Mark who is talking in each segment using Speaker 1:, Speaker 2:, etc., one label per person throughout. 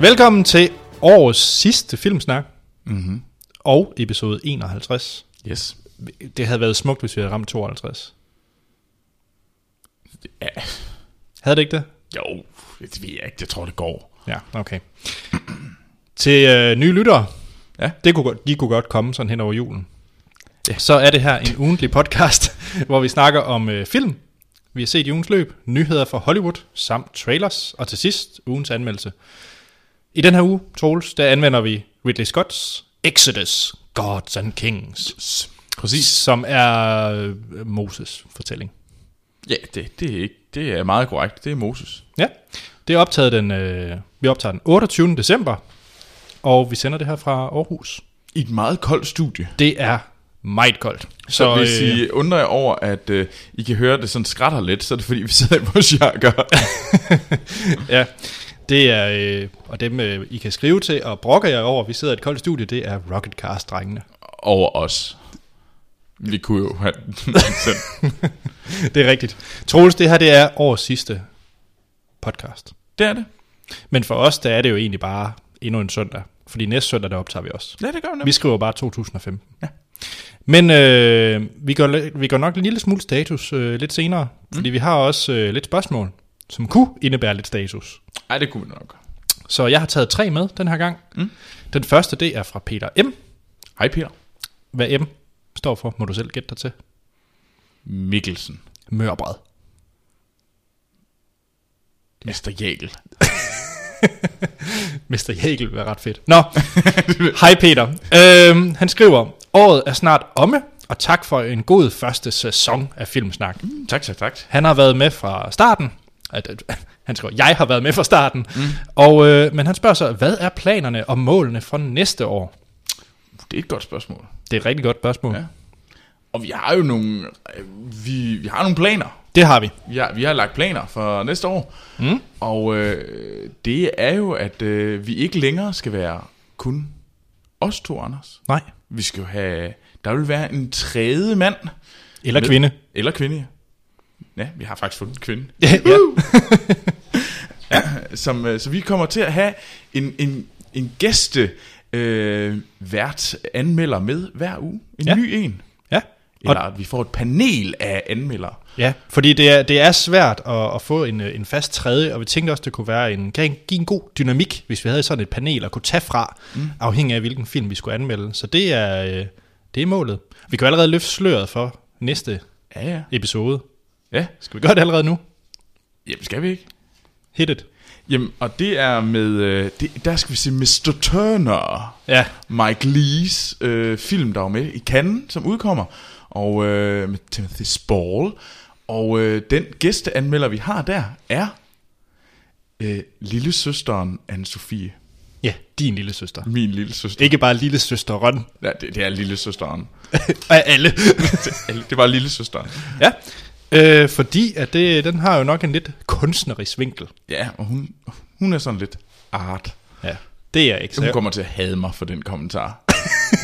Speaker 1: Velkommen til årets sidste filmsnak. Mm-hmm. Og episode 51.
Speaker 2: Yes.
Speaker 1: Det havde været smukt, hvis vi havde ramt 52.
Speaker 2: Ja.
Speaker 1: Havde det ikke det?
Speaker 2: Jo, det ved jeg ikke. Jeg tror, det går.
Speaker 1: Ja, okay. til øh, nye lyttere.
Speaker 2: Ja.
Speaker 1: Det kunne, godt- de kunne godt komme sådan hen over julen. Ja. Så er det her en ugentlig podcast, hvor vi snakker om øh, film, vi har set i ugens løb, nyheder fra Hollywood, samt trailers, og til sidst ugens anmeldelse. I den her uge, Troels, der anvender vi Ridley Scotts Exodus, Gods and Kings,
Speaker 2: Præcis.
Speaker 1: som er øh, Moses fortælling.
Speaker 2: Ja, det, det, er ikke, det er meget korrekt. Det er Moses.
Speaker 1: Ja, det er optaget den, øh, vi optager den 28. december, og vi sender det her fra Aarhus.
Speaker 2: I et meget koldt studie.
Speaker 1: Det er meget koldt. Så,
Speaker 2: Så
Speaker 1: øh,
Speaker 2: hvis I undrer jer over, at øh, I kan høre det sådan skratter lidt, så er det fordi, vi sidder i vores jakker.
Speaker 1: øh, ja, det er, øh, og dem øh, I kan skrive til og brokke jer over, vi sidder i et koldt studie, det er Rocketcast-drengene.
Speaker 2: Over os. Vi kunne jo have den.
Speaker 1: det er rigtigt. Troels, det her det er årets sidste podcast.
Speaker 2: Det er det.
Speaker 1: Men for os, der er det jo egentlig bare endnu en søndag. Fordi næste søndag, der optager vi også.
Speaker 2: Ja, det gør vi
Speaker 1: Vi
Speaker 2: nemlig.
Speaker 1: skriver bare 2015.
Speaker 2: Ja.
Speaker 1: Men øh, vi, går, lidt- vi går nok en lille smule status øh, lidt senere, mm. fordi vi har også øh, lidt spørgsmål, som kunne indebære lidt status.
Speaker 2: Ej, det kunne vi nok.
Speaker 1: Så jeg har taget tre med den her gang. Mm. Den første, det er fra Peter M.
Speaker 2: Hej Peter.
Speaker 1: Hvad M står for, må du selv gætte dig til.
Speaker 2: Mikkelsen.
Speaker 1: Mørbred.
Speaker 2: Mr. Jægel.
Speaker 1: Mester Jægel vil være ret fedt. Nå, hej Peter. Øhm, han skriver, året er snart omme, og tak for en god første sæson af Filmsnak.
Speaker 2: Mm. Tak, tak, tak.
Speaker 1: Han har været med fra starten. At, at, han skriver, jeg har været med fra starten. Mm. Og, øh, men han spørger så, hvad er planerne og målene for næste år?
Speaker 2: Det er et godt spørgsmål.
Speaker 1: Det er et rigtig godt spørgsmål. Ja.
Speaker 2: Ja. Og vi har jo nogle, øh, vi, vi har nogle planer.
Speaker 1: Det har vi.
Speaker 2: Vi har, vi har lagt planer for næste år, mm. og øh, det er jo, at øh, vi ikke længere skal være kun os to, Anders.
Speaker 1: Nej.
Speaker 2: Vi skal jo have, der vil være en tredje mand.
Speaker 1: Eller
Speaker 2: Med-
Speaker 1: kvinde.
Speaker 2: Eller kvinde. Ja, vi har faktisk fundet en kvinde.
Speaker 1: Ja, ja.
Speaker 2: Som, øh, så vi kommer til at have en, en, en gæste øh, vært anmelder med hver uge. En
Speaker 1: Ja.
Speaker 2: ja. ny en.
Speaker 1: ja. Og,
Speaker 2: Eller at vi får et panel af anmeldere.
Speaker 1: ja. Fordi det er, det er svært at, at få en, øh, en fast tredje, og vi tænkte også, det kunne være en, kan give en god dynamik, hvis vi havde sådan et panel at kunne tage fra, mm. afhængig af hvilken film vi skulle anmelde. Så det er, øh, det er målet. Vi kan jo allerede løfte sløret for næste
Speaker 2: Ja, ja.
Speaker 1: episode.
Speaker 2: Ja,
Speaker 1: Skal vi gøre det allerede nu?
Speaker 2: jamen skal vi ikke?
Speaker 1: Hit it.
Speaker 2: Jamen, og det er med, øh, det, der skal vi se Mr. Turner,
Speaker 1: Ja,
Speaker 2: Mike Lees øh, film, der var med i Cannes, som udkommer, og øh, med Timothy Spall. Og øh, den gæsteanmelder, vi har der, er øh, lille søsteren Anne-Sophie.
Speaker 1: ja, din lille søster.
Speaker 2: Min lille søster.
Speaker 1: Ikke bare lille søsteren
Speaker 2: Ja, det, det er lille søsteren.
Speaker 1: af alle.
Speaker 2: Det var lille søsteren.
Speaker 1: ja, øh, fordi at det, den har jo nok en lidt kunstnerisk vinkel.
Speaker 2: Ja, og hun, hun er sådan lidt art.
Speaker 1: Ja, det er ikke
Speaker 2: Hun
Speaker 1: så.
Speaker 2: kommer til at hade mig for den kommentar.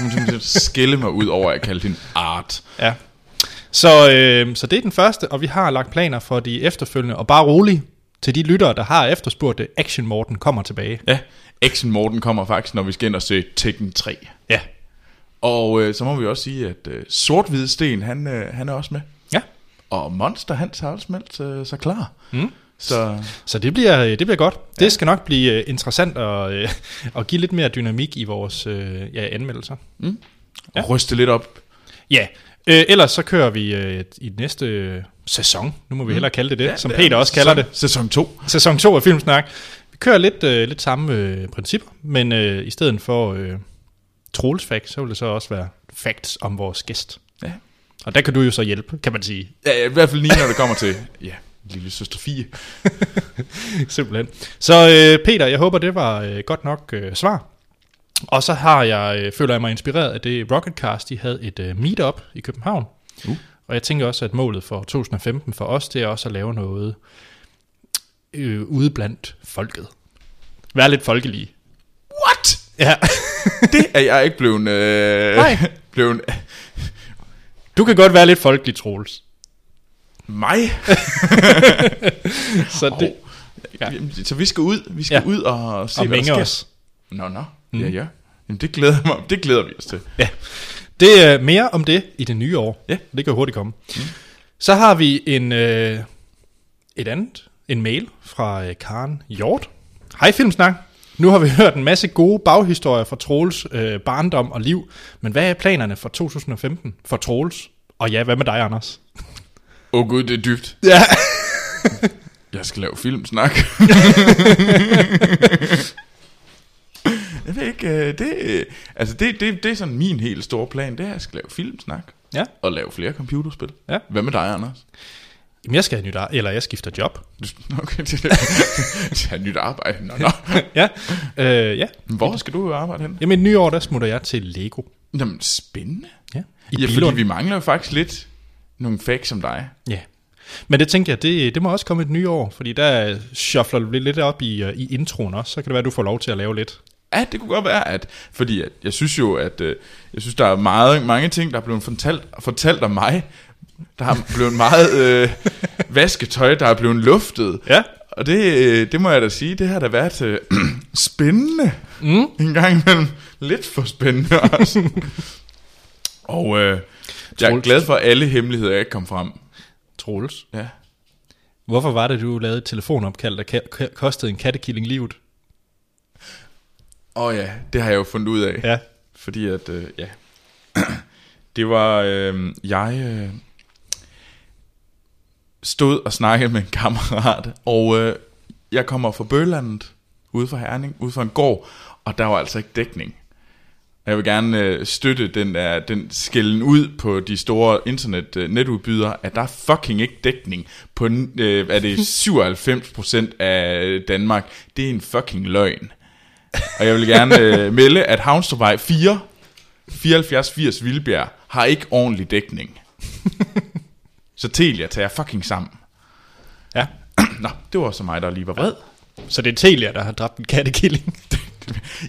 Speaker 2: Hun kommer til at skille mig ud over, at jeg kaldte hende art.
Speaker 1: Ja. Så, øh, så det er den første, og vi har lagt planer for de efterfølgende. Og bare rolig til de lyttere, der har efterspurgt det, Action Morten kommer tilbage.
Speaker 2: Ja, Action Morten kommer faktisk, når vi skal ind og se Tekken 3.
Speaker 1: Ja.
Speaker 2: Og øh, så må vi også sige, at øh, sort Hvide Sten, han, øh, han er også med.
Speaker 1: Ja.
Speaker 2: Og Monster, han har også meldt øh, sig klar. Mm. Så
Speaker 1: Så det bliver, øh, det bliver godt. Ja. Det skal nok blive øh, interessant at, øh, at give lidt mere dynamik i vores øh, ja, anmeldelser.
Speaker 2: ja. ryste lidt op.
Speaker 1: Ja, øh, ellers så kører vi øh, i næste øh, sæson, nu må vi hellere kalde det det, Mm. ja, som Peter også kalder det.
Speaker 2: Sæson 2.
Speaker 1: Sæson 2 af Filmsnak. Vi kører lidt, øh, lidt samme øh, principper, men øh, i stedet for øh, Troels facts, så vil det så også være facts om vores gæst.
Speaker 2: Ja.
Speaker 1: Og der kan du jo så hjælpe, kan man sige,
Speaker 2: ja, i hvert fald lige når det kommer til, ja, lille søster Fie.
Speaker 1: simpelthen. Så øh, Peter, jeg håber, det var øh, godt nok øh, svar. Og så har jeg, øh, føler jeg mig inspireret af det Rocketcast, de havde et øh, meetup i København.
Speaker 2: Uh.
Speaker 1: Og jeg tænker også, at målet for 2015 for os, det er også at lave noget øh, ude blandt folket. Vær lidt folkelige.
Speaker 2: What?
Speaker 1: Ja,
Speaker 2: Det er jeg ikke blevet... Øh,
Speaker 1: Nej.
Speaker 2: blevet
Speaker 1: du kan godt være lidt folkelig, Troels.
Speaker 2: mig.
Speaker 1: Så det,
Speaker 2: Hov.
Speaker 1: Ja.
Speaker 2: Ja. Så vi skal ud, vi skal
Speaker 1: Ja.
Speaker 2: ja. ud og se,
Speaker 1: Og
Speaker 2: hvad der
Speaker 1: mænge
Speaker 2: sker.
Speaker 1: os.
Speaker 2: Nå, nå.
Speaker 1: Mm.
Speaker 2: Mm. Ja, ja. Jamen, det glæder, mig. det glæder vi os til.
Speaker 1: Ja. Det er mere om det i det nye år.
Speaker 2: Ja.
Speaker 1: Det kan jo hurtigt komme. Mm. Så har vi en, øh, et andet, en mail fra øh, Karen Hjort. Hej Filmsnak. Nu har vi hørt en masse gode baghistorier fra Troels øh, barndom og liv, men hvad er planerne for 2015 for Troels? Og ja, hvad med dig, Anders?
Speaker 2: Åh oh, gud, det er dybt.
Speaker 1: Ja.
Speaker 2: Jeg skal lave filmsnak. jeg ved ikke, øh, det, øh, altså det, det, det er sådan min helt store plan, det er, at jeg skal lave filmsnak.
Speaker 1: Ja.
Speaker 2: Og lave flere computerspil.
Speaker 1: Ja.
Speaker 2: Hvad med dig, Anders?
Speaker 1: Jamen, jeg skal have nyt ar- eller jeg skifter job.
Speaker 2: Du- Okay, det er det. er nyt arbejde. Nå, nå.
Speaker 1: ja. Øh, ja.
Speaker 2: Hvor skal du arbejde hen?
Speaker 1: Jamen, i det nye år, der smutter jeg til Lego.
Speaker 2: Jamen, spændende.
Speaker 1: Ja. I
Speaker 2: Ja,
Speaker 1: Billund.
Speaker 2: fordi vi mangler jo faktisk lidt nogle facts som dig.
Speaker 1: Ja. Men det tænkte jeg, det, det må også komme et nyt år, fordi der shuffler du lidt op i, øh, i introen også, så kan det være, at du får lov til at lave lidt.
Speaker 2: Ja, det kunne godt være, at, fordi at, jeg synes jo, at øh, jeg synes, der er meget, mange ting, der er blevet fortalt, fortalt om mig. Der er blevet meget øh, vasketøj, der er blevet luftet.
Speaker 1: Ja.
Speaker 2: Og det, øh, det må jeg da sige, det har da været øh, spændende. Mm. En gang imellem lidt for spændende også. og øh, jeg er
Speaker 1: Troels.
Speaker 2: glad for, at alle hemmeligheder ikke kom frem.
Speaker 1: Troels.
Speaker 2: Ja.
Speaker 1: Hvorfor var det, du lavede et telefonopkald, der ka- ka- kostede en kattekilling livet?
Speaker 2: Og ja, det har jeg jo fundet ud af.
Speaker 1: Ja.
Speaker 2: Fordi at, øh, ja, det var, øh, jeg øh, stod og snakkede med en kammerat, og øh, jeg kommer fra Bølandet, ude fra Herning, ude fra en gård, og der var altså ikke dækning. Jeg vil gerne øh, støtte den, der, den skælden ud på de store internet øh, netudbydere, at der er fucking ikke dækning på n- øh, er det 97% af Danmark. Det er en fucking løgn. Og jeg vil gerne øh, melde, at Havnstrupvej 4, 7480 Vildbjerg, har ikke ordentlig dækning. så Telia tager fucking sammen.
Speaker 1: Ja.
Speaker 2: Nå, det var så mig, der lige var vred.
Speaker 1: Så det er Telia, der har dræbt en kattekilling.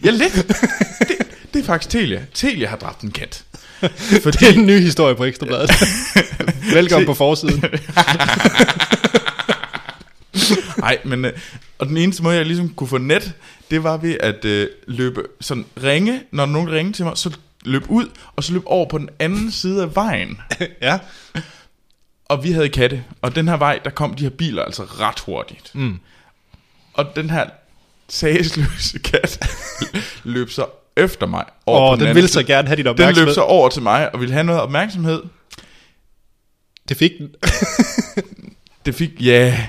Speaker 2: Ja, lidt. Det, det er faktisk Telia. Telia har dræbt en kat.
Speaker 1: Fordi... Det er en ny historie på Ekstrabladet. Velkommen på forsiden.
Speaker 2: Nej, men... Øh, og den eneste måde, jeg ligesom kunne få net, det var ved at øh, løbe sådan ringe. Når nogen ringede til mig, så løb ud, og så løb over på den anden side af vejen.
Speaker 1: ja.
Speaker 2: Og vi havde katte, og den her vej, der kom de her biler altså ret hurtigt.
Speaker 1: Mm.
Speaker 2: Og den her sagesløse kat løb så efter mig. over på
Speaker 1: Og den
Speaker 2: anden
Speaker 1: ville
Speaker 2: side.
Speaker 1: så gerne have dit
Speaker 2: den løb
Speaker 1: opmærksomhed.
Speaker 2: så over til mig og ville have noget opmærksomhed.
Speaker 1: Det fik den.
Speaker 2: Det fik, ja,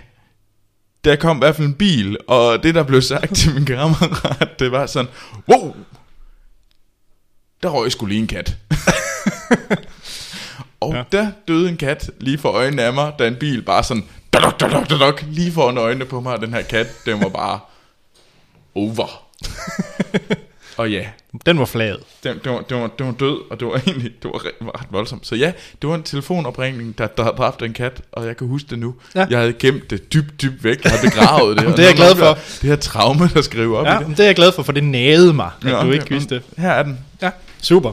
Speaker 2: der kom i hvert fald en bil, og det der blev sagt til min kammerat, det var sådan, wow, der røg sgu lige en kat. og ja. der døde en kat lige for øjnene af mig, da en bil bare sådan, dok, dok, dok, dok, dok, lige foran øjnene på mig, og den her kat, den var bare over. og ja,
Speaker 1: Den var flaget.
Speaker 2: den, den, var, den, var, den var død, og det var egentlig det var re- var ret voldsomt. Så ja, det var en telefonopringning, der, der havde dræbt en kat, og jeg kan huske det nu.
Speaker 1: Ja.
Speaker 2: Ja. Jeg havde gemt det dybt, dybt væk. Jeg havde begravet det. og
Speaker 1: Det er jeg
Speaker 2: nu
Speaker 1: glad
Speaker 2: bliver
Speaker 1: for.
Speaker 2: Det her traume, der skriver op
Speaker 1: Ja,
Speaker 2: i det.
Speaker 1: men det er jeg glad for, for det nagede mig, at ja, du
Speaker 2: det-
Speaker 1: ikke vidste det.
Speaker 2: Her er den.
Speaker 1: Ja, super.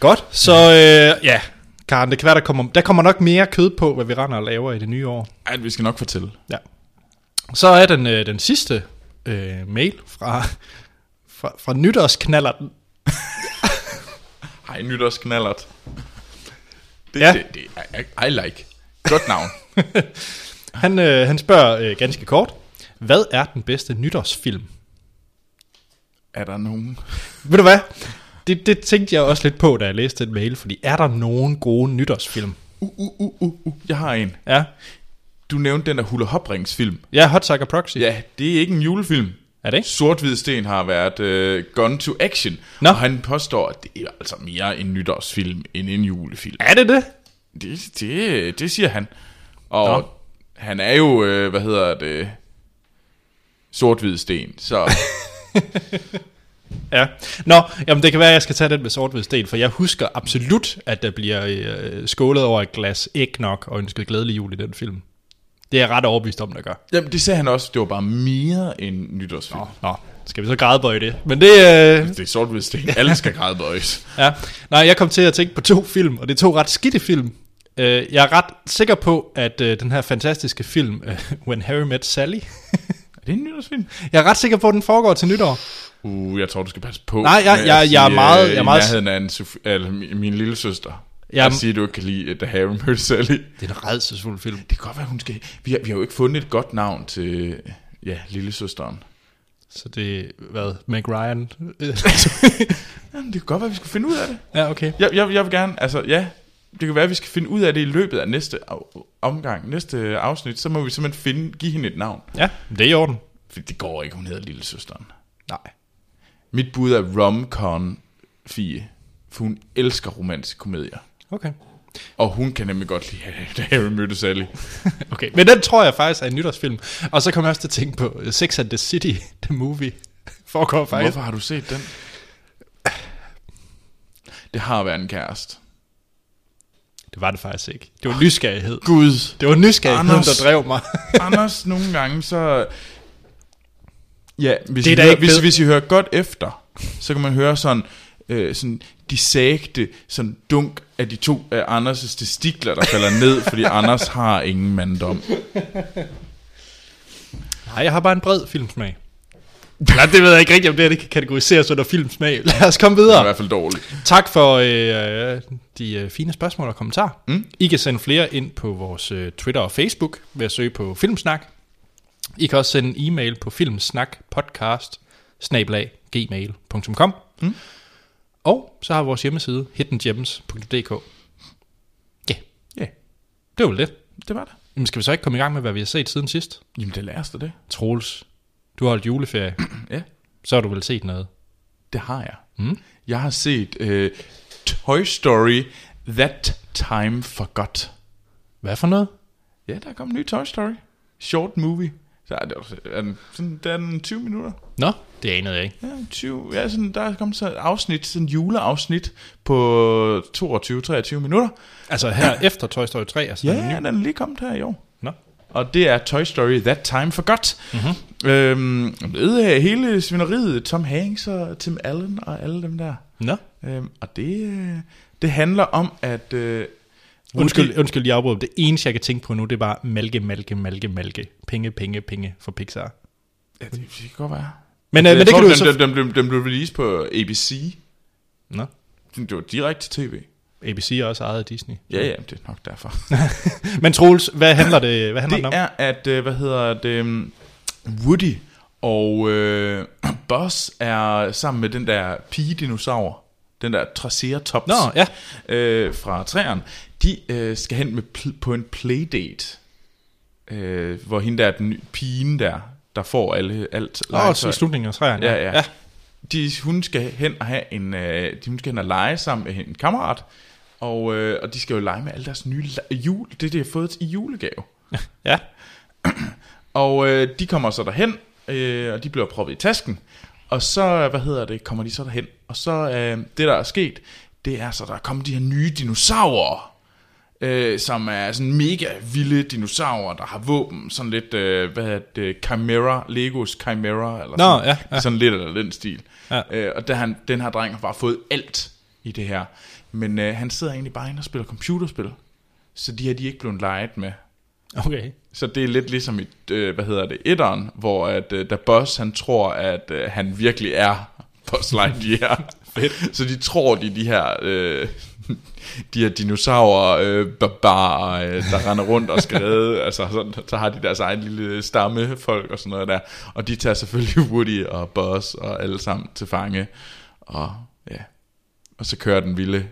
Speaker 1: Godt, så øh, ja, Karen, det kan være, der kommer, der kommer nok mere kød på, hvad vi render og laver i det nye år.
Speaker 2: Ej, vi skal nok fortælle.
Speaker 1: Ja. Så er den, øh, den sidste øh, mail fra, fra, fra nytårsknallerten.
Speaker 2: Hej, nytårsknallert. Det,
Speaker 1: Ja.
Speaker 2: ja. det, det I, I like. Godt navn.
Speaker 1: Han, øh, han spørger øh, ganske kort, hvad er den bedste nytårsfilm?
Speaker 2: er der nogen?
Speaker 1: Ved du hvad? Det, det tænkte jeg også lidt på, da jeg læste den mail, fordi er der nogen gode nytårsfilm?
Speaker 2: Uh, uh, uh, uh, uh. Jeg har en.
Speaker 1: Ja,
Speaker 2: Du nævnte den der Hula Hoprings film.
Speaker 1: ja Hot Sucker Proxy.
Speaker 2: Ja, det er ikke en julefilm.
Speaker 1: Er det ikke?
Speaker 2: Sort-Hvid Sten har været øh, Gone to Action,
Speaker 1: Nå.
Speaker 2: Nå. og han påstår, at det er altså mere en nytårsfilm end en julefilm.
Speaker 1: Er det det?
Speaker 2: Det, det, det siger han. Og
Speaker 1: Nå.
Speaker 2: Nå. han er jo, øh, hvad hedder det, Sort-Hvid Sten, så
Speaker 1: Ja. Nå, jamen det kan være, at jeg skal tage den med sort sten, for jeg husker absolut, at der bliver øh, skålet over et glas ikke nok og ønsket glædelig jul i den film. Det er jeg ret overbevist om, der gør.
Speaker 2: jamen, det sagde han også, det var bare mere end nytårsfilm. Nå.
Speaker 1: Nå, skal vi så grædebøje det? Men det... Øh,
Speaker 2: Det er Sort-Hvid Sten, alle skal græde boys.
Speaker 1: ja. Nej, jeg kom til at tænke på to film, og det er to ret skidte film. Øh, jeg er ret sikker på, at øh, den her fantastiske film, øh, When Harry Met Sally,
Speaker 2: Er det en nytårsfilm?
Speaker 1: jeg er ret sikker på, at den foregår til nytår.
Speaker 2: Uh, jeg tror, du skal passe på.
Speaker 1: Nej, jeg-
Speaker 2: med at
Speaker 1: jeg- jeg er
Speaker 2: sige,
Speaker 1: meget-
Speaker 2: øh,
Speaker 1: jeg er
Speaker 2: i
Speaker 1: meget-
Speaker 2: nærheden af en Sof- eller, min, min lille søster. Jeg
Speaker 1: Jamen-
Speaker 2: siger, du ikke kan lide, at Harry mødte Sally.
Speaker 1: Det er en redselsfuld film.
Speaker 2: Det kan godt være, hun skal... Vi har, vi har jo ikke fundet et godt navn til... Ja, lille søsteren.
Speaker 1: Så det er, hvad, Meg Ryan? Øh,
Speaker 2: Jamen, det kan godt være, vi skal finde ud af det.
Speaker 1: ja, okay.
Speaker 2: Jeg, jeg, jeg vil gerne... Altså, ja. Det kan være, at vi skal finde ud af det i løbet af næste af- omgang, næste afsnit. Så må vi simpelthen finde, give hende et navn.
Speaker 1: Ja, det er i orden.
Speaker 2: For det går ikke, hun hedder lille søsteren.
Speaker 1: Nej.
Speaker 2: Mit bud er romcon Fie. For hun elsker romantiske komedier.
Speaker 1: Okay.
Speaker 2: Og hun kan nemlig godt lide, at Harry mødte Sally.
Speaker 1: Okay, men den tror jeg faktisk er en nytårsfilm. Og så kom jeg også til at tænke på øh, Sex and the City, the movie, foregår faktisk.
Speaker 2: Hvorfor har du set den? Det har været en kæreste.
Speaker 1: Det var det faktisk ikke. Det var nysgerrighed.
Speaker 2: Gud.
Speaker 1: Det var nysgerrigheden,
Speaker 2: Anders.
Speaker 1: der drev mig.
Speaker 2: Anders, nogle gange så... Ja, hvis,
Speaker 1: Det er
Speaker 2: det
Speaker 1: da
Speaker 2: I, hører,
Speaker 1: ikke
Speaker 2: hvis,
Speaker 1: bedre.
Speaker 2: hvis I hører godt efter, så kan man høre sådan, øh, sådan de sagte sådan dunk af de to af Anders' testikler, der falder ned, fordi Anders har ingen manddom.
Speaker 1: Nej, jeg har bare en bred filmsmag. Nej, det ved jeg ikke rigtigt, om det her det kan kategoriseres under filmsmag. Lad os komme
Speaker 2: Det er i
Speaker 1: videre.
Speaker 2: hvert fald dårligt.
Speaker 1: Tak for øh, øh, de øh, fine spørgsmål og kommentarer.
Speaker 2: Mm.
Speaker 1: I kan sende flere ind på vores øh, Twitter og Facebook ved at søge på Filmsnak. I kan også sende en e-mail på filmsnakpodcast gmail.com
Speaker 2: Mm.
Speaker 1: Og så har vi vores hjemmeside hiddengems.dk Ja,
Speaker 2: Ja, yeah,
Speaker 1: det var vel det.
Speaker 2: det var det.
Speaker 1: Jamen skal vi så ikke komme i gang med, hvad vi har set siden sidst?
Speaker 2: Jamen, det lærer det.
Speaker 1: Troels, du har holdt juleferie,
Speaker 2: Ja,
Speaker 1: så har du vel set noget.
Speaker 2: det har jeg.
Speaker 1: Mm.
Speaker 2: Jeg har set øh, Toy Story That Time Forgot.
Speaker 1: Hvad for noget?
Speaker 2: Ja, der kom en ny Toy Story. Short movie. Så er det også, er den, sådan, der er den 20 minutter.
Speaker 1: Nå, det anede jeg ikke.
Speaker 2: Ja, 20, ja sådan, der er kommet så et afsnit, sådan et juleafsnit på 22-23 minutter.
Speaker 1: Altså her efter Toy Story 3, altså
Speaker 2: Ja,
Speaker 1: den nye.
Speaker 2: den er lige kommet her i år.
Speaker 1: Nå.
Speaker 2: Og det er Toy Story That Time Forgot.
Speaker 1: Mhm.
Speaker 2: Mm-hmm. Øhm, med øh, hele svineriet, Tom Hanks og Tim Allen og alle dem der.
Speaker 1: Nå.
Speaker 2: Øhm, og det, øh, det handler om, at... Øh,
Speaker 1: Undskyld, undskyld, jeg afbryder. Det eneste, jeg kan tænke på nu, det er bare malke, malke, malke, malke. Penge, penge, penge for Pixar.
Speaker 2: Ja, det, det kan godt være.
Speaker 1: Men, øh, men det kan du jo
Speaker 2: den,
Speaker 1: så...
Speaker 2: den, den, den, den blev released på ABC.
Speaker 1: Nå,
Speaker 2: Det var direkte til tv.
Speaker 1: ABC er også ejet af Disney.
Speaker 2: Ja, ja, det er nok derfor.
Speaker 1: Men Troels, hvad handler det, hvad handler det
Speaker 2: det
Speaker 1: om?
Speaker 2: er, at, øh, hvad hedder det, mm, Woody og øh, Buzz er sammen med den der pige-dinosaur, den der Triceratops
Speaker 1: Nå, ja.
Speaker 2: øh, fra træerne, de øh, skal hen med pl- på en playdate, øh, hvor hende der er den nye pigen der, der får alle, alt
Speaker 1: Åh,
Speaker 2: legetøj.
Speaker 1: til altså slutningen af træerne.
Speaker 2: Ja, ja.
Speaker 1: ja.
Speaker 2: De, hun skal hen og have en, øh, de, hun skal hen og lege sammen med en kammerat, og, øh, og de skal jo lege med alle deres nye le- jul, det de har fået i julegave.
Speaker 1: ja.
Speaker 2: Og øh, de kommer så derhen, øh, og de bliver proppet i tasken. Og så, hvad hedder det, kommer de så derhen. Og så, øh, det der er sket, det er så, der er kommet de her nye dinosaurer. Øh, som er sådan mega vilde dinosaurer, der har våben. Sådan lidt, øh, hvad hedder det, Chimera, Legos Chimera. Eller
Speaker 1: Nå,
Speaker 2: sådan,
Speaker 1: ja, ja.
Speaker 2: sådan lidt eller den stil.
Speaker 1: Ja.
Speaker 2: Øh, og der, han, den her dreng har bare fået alt i det her. Men øh, han sidder egentlig bare inde og spiller computerspil. Så de her, de er ikke blevet leget med.
Speaker 1: Okay.
Speaker 2: Så det er lidt ligesom i, øh, hvad hedder det, etteren, hvor at, øh, da Buzz, han tror, at øh, han virkelig er Buzz Lightyear. Fedt. Så de tror, de er de her, øh, de her dinosaurer, øh, barbarer, øh, der render rundt og skal redde, altså sådan, så har de deres egen lille stammefolk og sådan noget der. Og de tager selvfølgelig Woody og Buzz og alle sammen til fange. Og ja, og så kører den vilde,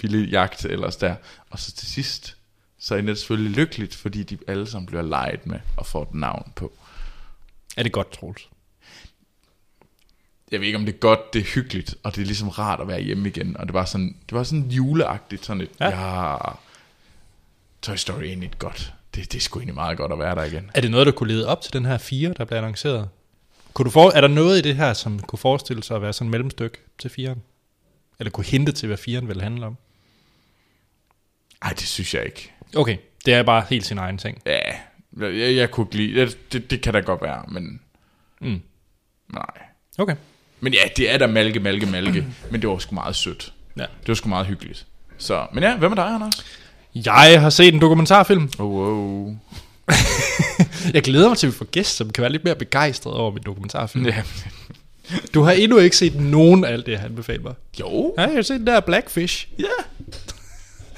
Speaker 2: vilde jagt ellers der. Og så til sidst, så er Annette selvfølgelig lykkeligt, fordi de alle sammen bliver leget med og får et navn på.
Speaker 1: Er det godt, Troels?
Speaker 2: Jeg ved ikke, om det er godt, det er hyggeligt, og det er ligesom rart at være hjemme igen. Og det var sådan, det var sådan juleagtigt, sådan et,
Speaker 1: Ja.
Speaker 2: ja. ja Toy Story er egentlig et godt. Det, det er sgu egentlig meget godt at være der igen.
Speaker 1: Er det noget, der kunne lede op til den her 4, der blev annonceret? Kunne du for, er der noget i det her, som kunne forestille sig at være sådan et mellemstykke til 4'eren? Eller kunne hente til, hvad 4'eren ville handle om?
Speaker 2: Nej, det synes jeg ikke.
Speaker 1: Okay, det er bare helt sin egen ting.
Speaker 2: Ja, jeg, jeg kunne ikke lide, det, det, det kan da godt være, men
Speaker 1: Mm.
Speaker 2: nej.
Speaker 1: Okay.
Speaker 2: Men ja, det er da malke, malke, malke, men det var sgu meget sødt.
Speaker 1: Ja.
Speaker 2: Det var sgu meget hyggeligt. Så, men ja, hvad med dig, Anders?
Speaker 1: Jeg har set en dokumentarfilm.
Speaker 2: Oh, wow.
Speaker 1: Jeg glæder mig til, at vi får gæst, som kan være lidt mere begejstret over min dokumentarfilm.
Speaker 2: Ja.
Speaker 1: Du har endnu ikke set nogen af alt det, han befaler mig.
Speaker 2: Jo.
Speaker 1: Ja, jeg har set den der Blackfish.
Speaker 2: Ja.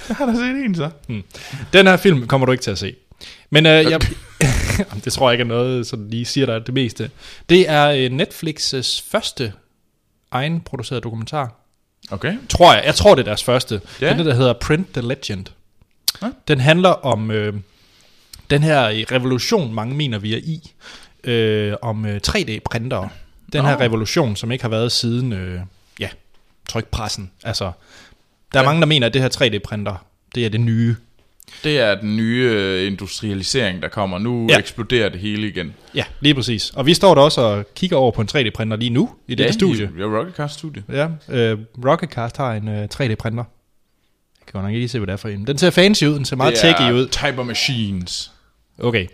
Speaker 2: Jeg har da set en så.
Speaker 1: Den her film kommer du ikke til at se. Men øh, jeg, Jamen, det tror jeg ikke er noget, som lige siger dig det meste. Det er øh, Netflix' første egenproducerede dokumentar.
Speaker 2: Okay.
Speaker 1: Tror jeg. Jeg tror, det er deres første.
Speaker 2: Ja.
Speaker 1: Ja. Den der hedder Print the Legend.
Speaker 2: Ja.
Speaker 1: Ja. Den handler om øh, den her øh, revolution, mange mener vi er i, øh, om øh, 3D-printere. Den
Speaker 2: Nå.
Speaker 1: her revolution, som ikke har været siden øh, ja, trykpressen. Altså, der er
Speaker 2: Ja.
Speaker 1: mange, der mener, at det her 3D-printer, det er det nye.
Speaker 2: Det er den nye øh, industrialisering, der kommer. Nu ja.
Speaker 1: Ja.
Speaker 2: eksploderer det hele igen.
Speaker 1: Ja, lige præcis. Og vi står der også og kigger over på en 3D-printer lige nu i det ja, studie.
Speaker 2: Ja, Rocketcast studie.
Speaker 1: Ja, øh, Rocketcast har en øh, 3D-printer. Jeg kan godt nok ikke lige se, hvad det er for en. Den ser fancy ud, den ser meget
Speaker 2: Det er
Speaker 1: techy ud.
Speaker 2: Type of machines.
Speaker 1: Okay.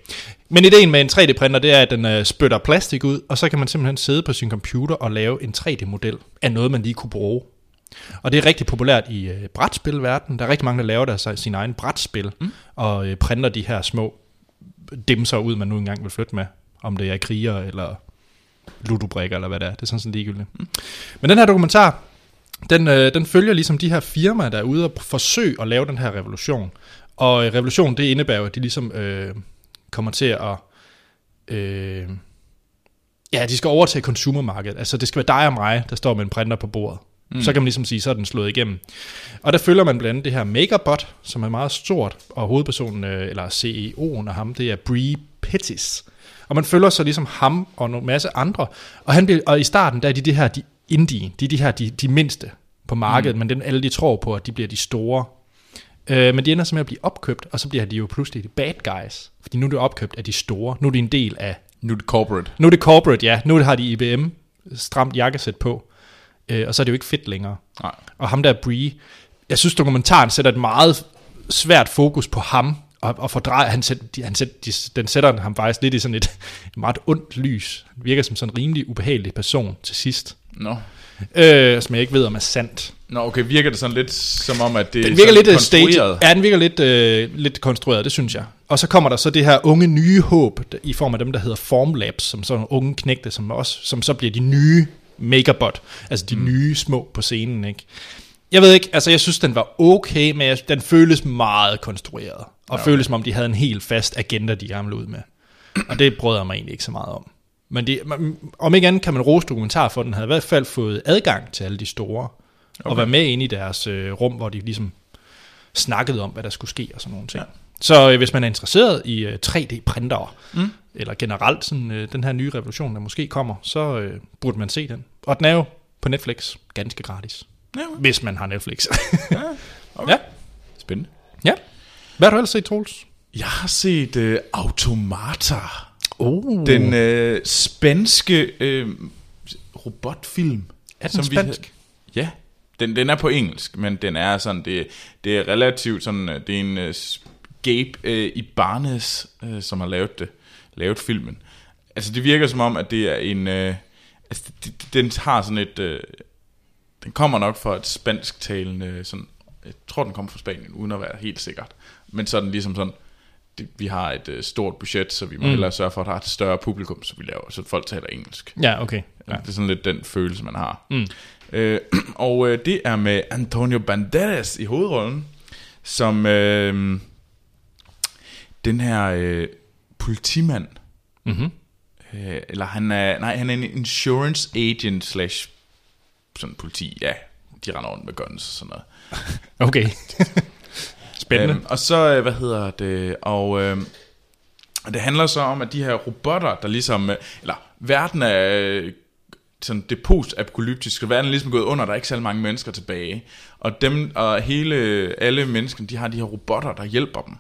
Speaker 1: Men ideen med en 3D-printer, det er, at den øh, spytter plastik ud, og så kan man simpelthen sidde på sin computer og lave en 3D-model af noget, man lige kunne bruge. Og det er rigtig populært i øh, brætspilverdenen. Der er rigtig mange, der laver deres sin egen brætspil, mm. og øh, printer de her små dimser ud, man nu engang vil flytte med. Om det er kriger eller ludobrikker eller hvad det er. Det er sådan set ligegyldigt. Mm. Men den her dokumentar, den, øh, den følger ligesom de her firmaer, der er ude og forsøge at lave den her revolution. Og øh, revolution, det indebærer jo, at de ligesom øh, kommer til at... Øh, ja, de skal overtage consumermarkedet. Altså, det skal være dig og mig, der står med en printer på bordet. Mm. Så kan man ligesom sige, så er den slået igennem. Og der følger man blandt andet det her Makerbot, som er meget stort, og hovedpersonen, øh, eller CEO'en af ham, det er Bree Pettis. Og man følger så ligesom ham og en masse andre. Og, han bliver, og i starten, der er de det her, de indie, de er de her, de, de mindste på markedet, mm. men dem alle de tror på, at de bliver de store. Øh, men de ender så med at blive opkøbt, og så bliver de jo pludselig de bad guys. Fordi nu er det opkøbt af de store. Nu er det en del af
Speaker 2: Nu er det corporate.
Speaker 1: nu er det corporate, ja. Nu har de IBM stramt jakkesæt på. Øh, og så er det jo ikke fedt længere.
Speaker 2: Nej.
Speaker 1: Og ham der Bree, jeg synes dokumentaren sætter et meget svært fokus på ham, og, og fordrejer, han sæt, de- han sæt, de, den sætter ham faktisk lidt i sådan et, et meget ondt lys. Han virker som sådan en rimelig ubehagelig person til sidst.
Speaker 2: Nå.
Speaker 1: Øh, som jeg ikke ved, om er sandt.
Speaker 2: Nå, okay, virker det sådan lidt som om, at det
Speaker 1: Den virker lidt øh,
Speaker 2: konstrueret?
Speaker 1: staged. Ja, den virker lidt, øh, lidt konstrueret, det synes jeg. Og så kommer der så det her unge nye håb, d- i form af dem, der hedder Formlabs, som sådan nogle unge knægte, som, også, som så bliver de nye Makerbot, altså de mm. nye små på scenen, ikke? Jeg ved ikke, altså jeg synes, den var okay, men jeg, den føles meget konstrueret, og okay. føles som om, de havde en helt fast agenda, de gerne ville ud med. Og det brød jeg mig egentlig ikke så meget om. Men det, man- om ikke andet kan man rose dokumentar for, at den havde i hvert fald fået adgang til alle de store, okay. og være med ind i deres øh, rum, hvor de ligesom snakkede om, hvad der skulle ske og sådan nogle ting. Ja. Så øh, hvis man er interesseret i øh, 3D-printere, mm. eller generelt sådan, øh, den her nye revolution, der måske kommer, så øh, burde man se den. Og den er jo på Netflix ganske gratis,
Speaker 2: Ja, okay.
Speaker 1: hvis man har Netflix.
Speaker 2: okay.
Speaker 1: ja.
Speaker 2: Spændende.
Speaker 1: ja. Hvad har du ellers set, Troels?
Speaker 2: Jeg har set uh, Automata.
Speaker 1: Oh.
Speaker 2: Den øh, spanske øh, robotfilm.
Speaker 1: Er den
Speaker 2: vi-
Speaker 1: spansk?
Speaker 2: ja. Den, den er på engelsk, men den er sådan, det, det er relativt sådan, øh, det er en øh, s- Gabe øh, Ibanez, øh, som har lavet det, lavet filmen. Altså det virker som om, at det er en, øh, altså det, det- den har sådan et, øh, den kommer nok fra et spansktalende, sådan, jeg tror den kommer fra Spanien, uden at være helt sikkert. Men så er den ligesom sådan, det, vi har et øh, stort budget, så vi må mm. hellere sørge for, at der er et større publikum, så vi laver, så folk taler engelsk.
Speaker 1: Ja, okay.
Speaker 2: Ja. Det er sådan lidt den følelse, man har. Mm. Øh, og øh, det er med Antonio Banderas i hovedrollen, som øh, den her øh, politimand,
Speaker 1: Mm-hmm.
Speaker 2: øh, eller han er, nej, han er en insurance agent slash sådan politi, ja, de render rundt med guns og sådan noget.
Speaker 1: Okay. Spændende.
Speaker 2: Øhm, og så, øh, hvad hedder det, og øhm, det handler så om, at de her robotter, der ligesom, øh, eller verden er øh, sådan det post-apokalyptiske, verden er ligesom gået under, der er ikke særlig mange mennesker tilbage. Og dem, og hele, alle menneskene, de har de her robotter, der hjælper dem,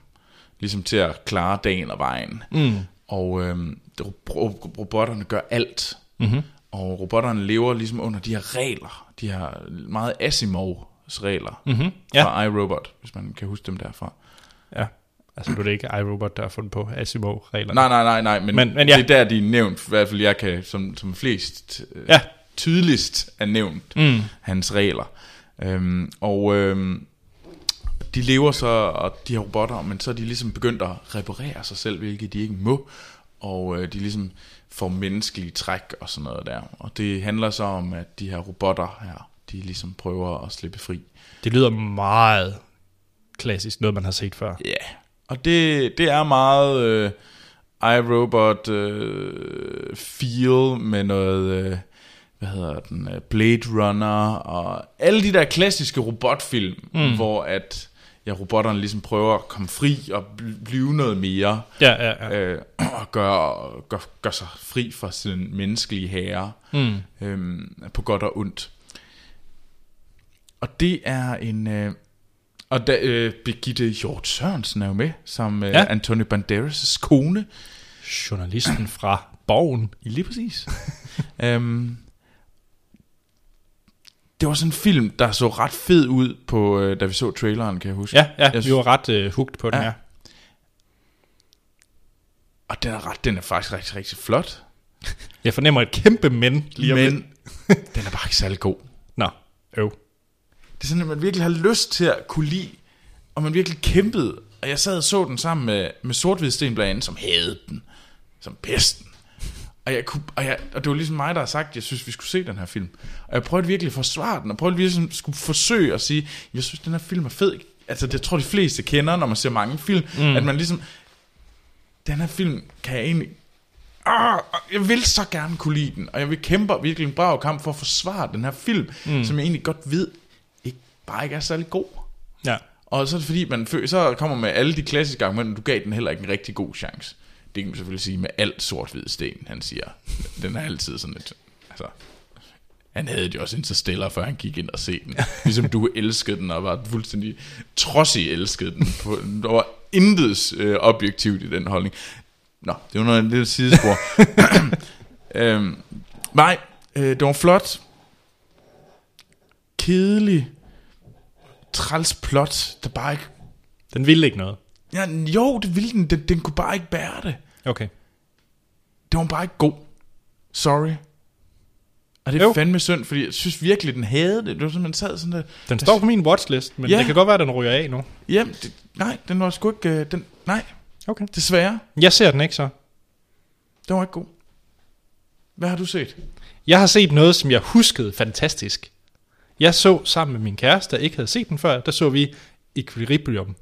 Speaker 2: ligesom til at klare dagen og vejen. Mm.
Speaker 1: Um,
Speaker 2: Og øhm, det- ro- robotterne gør alt. Mm-hmm. Og robotterne lever ligesom under de her regler, de her meget Asimovs regler
Speaker 1: Mm-hmm.
Speaker 2: ja.
Speaker 1: Ja.
Speaker 2: fra iRobot, hvis man kan huske dem derfra.
Speaker 1: ja. Altså, nu er det ikke iRobot, der har fundet på Asimov-reglerne.
Speaker 2: Nej, nej, nej, nej, men,
Speaker 1: Men- men ja.
Speaker 2: det er der, de er nævnt, i hvert fald jeg kan som, som flest øh,
Speaker 1: Ja. Mm.
Speaker 2: tydeligst er nævnt mm. hans regler. Øhm, og øhm, de lever så, og de her robotter, men så er de ligesom begyndt at reparere sig selv, hvilket de ikke må, og øh, de ligesom får menneskelige træk og sådan noget der. Og det handler så om, at de her robotter her, de ligesom prøver at slippe fri.
Speaker 1: Det lyder meget klassisk, noget man har set før.
Speaker 2: Ja, yeah. og det, det er meget øh, iRobot øh, feel med noget, øh, hvad hedder den, øh, Blade Runner og alle de der klassiske robotfilm, mm. hvor at ja, robotterne ligesom prøver at komme fri og bl- blive noget mere
Speaker 1: Ja, ja, ja.
Speaker 2: øh, og gør, gør, gør sig fri fra sin menneskelige herre
Speaker 1: Mm.
Speaker 2: øh, på godt og ondt. Og det er en... Øh, og da, øh, Birgitte Hjort Sørensen er jo med, som øh,
Speaker 1: Ja.
Speaker 2: ja. Antonio Banderas' kone.
Speaker 1: Journalisten fra Borgen.
Speaker 2: Lige præcis. øhm, det var sådan en film, der så ret fed ud, på, øh, da vi så traileren, kan jeg huske.
Speaker 1: Ja, ja,
Speaker 2: Jeg
Speaker 1: vi var ret øh, hugt på den
Speaker 2: Ja.
Speaker 1: her.
Speaker 2: Og den er, ret, den er faktisk rigtig, rigtig flot.
Speaker 1: Jeg fornemmer et kæmpe men lige om
Speaker 2: men
Speaker 1: lidt.
Speaker 2: den er bare ikke særlig god.
Speaker 1: Nå, øv.
Speaker 2: Det er sådan, at man virkelig har lyst til at kunne lide, og man virkelig kæmpede. Og jeg sad og så den sammen med, med sort blandt andet, som havde den, som pesten. Og, jeg kunne, og, jeg, og det var ligesom mig, der har sagt, at jeg synes, vi skulle se den her film. Og jeg prøvede virkelig at forsvare den, og prøvede virkelig at skulle forsøge at sige, jeg synes, den her film er fed. Altså, det jeg tror de fleste kender, når man ser mange film, mm. at man ligesom, den her film kan jeg egentlig... Arh, jeg vil så gerne kunne lide den, og jeg vil kæmpe virkelig en brav kamp for at forsvare den her film, mm. som jeg egentlig godt ved, ikke, bare ikke er særlig god.
Speaker 1: Ja.
Speaker 2: Og så er det fordi, man fø- så kommer med alle de klassiske argumenter, du gav den heller ikke en rigtig god chance. Det kan man selvfølgelig sige med alt sort-hvid sten, han siger. Den er altid sådan lidt... Altså, han havde det jo også interstellar, før han gik ind og se den. Ligesom du elskede den, og var fuldstændig trodsig elskede den. På, der var intet øh, objektivt i den holdning. Nå, det var noget af en lille sidespor. øhm, nej, øh, det var flot. Kedelig. Træls plot, der bare ikke...
Speaker 1: Den ville ikke noget.
Speaker 2: Ja, jo, det ville den. den. Den kunne bare ikke bære det.
Speaker 1: Okay.
Speaker 2: Det var bare ikke god. Sorry. Og det er
Speaker 1: Jo.
Speaker 2: jo. fandme synd, fordi jeg synes virkelig, den havde det. Det var sådan, man sad sådan der...
Speaker 1: Den står på min watchlist, men
Speaker 2: Ja.
Speaker 1: det kan godt være, at den ryger af nu.
Speaker 2: Jamen, det, nej, den var sgu ikke... øh, Den, nej,
Speaker 1: Okay.
Speaker 2: desværre.
Speaker 1: Jeg ser den ikke så.
Speaker 2: Den var ikke god. Hvad har du set?
Speaker 1: Jeg har set noget, som jeg huskede fantastisk. Jeg så sammen med min kæreste, der ikke havde set den før, der så vi Equilibrium.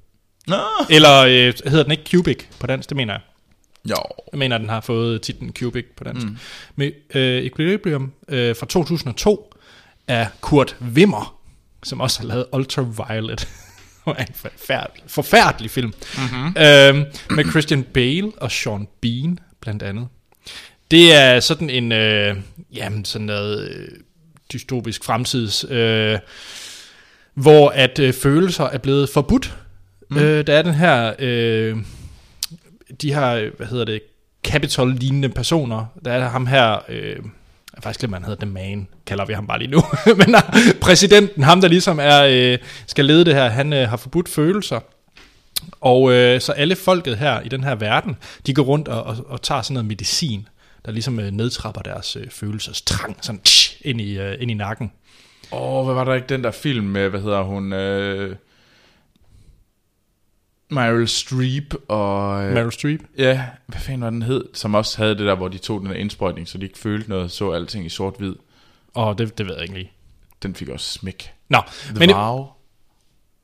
Speaker 2: Nå.
Speaker 1: Eller øh, hedder den ikke Cubic på dansk, det mener jeg.
Speaker 2: Jo.
Speaker 1: Jeg mener, den har fået titlen Cubic på dansk. Mm. Men øh, Equilibrium øh, fra 2002 af Kurt Wimmer, som også har lavet Ultraviolet. Hvor er en forfærdelig, forfærdelig film. Mm-hmm. Øhm, med Christian Bale og Sean Bean, blandt andet. Det er sådan en, øh, jamen sådan noget øh, dystopisk fremtids... Øh, hvor at øh, følelser er blevet forbudt. Mm. Øh, der er den her, øh, de her, øh, hvad hedder det, Capitol-lignende personer. Der er ham her, øh, jeg faktisk glemmer, han hedder The Man, kalder vi ham bare lige nu. Men øh, præsidenten, ham der ligesom er, øh, skal lede det her, han øh, har forbudt følelser. Og øh, så alle folket her i den her verden, de går rundt og, og, og tager sådan noget medicin, der ligesom øh, nedtrapper deres øh, følelsers trang, sådan tsh, ind, i, øh, ind i nakken.
Speaker 2: Åh, oh, hvad var der ikke den der film med, hvad hedder hun? Øh, Meryl Streep og... Øh,
Speaker 1: Meryl Streep.
Speaker 2: Ja, hvad fanden var den hed? Som også havde det der, hvor de tog den der indsprøjtning, så de ikke følte noget, så alting i sort-hvid.
Speaker 1: Og det, det ved jeg ikke lige.
Speaker 2: Den fik også smæk.
Speaker 1: Nå,
Speaker 2: The
Speaker 1: men
Speaker 2: men
Speaker 1: det,
Speaker 2: Vow.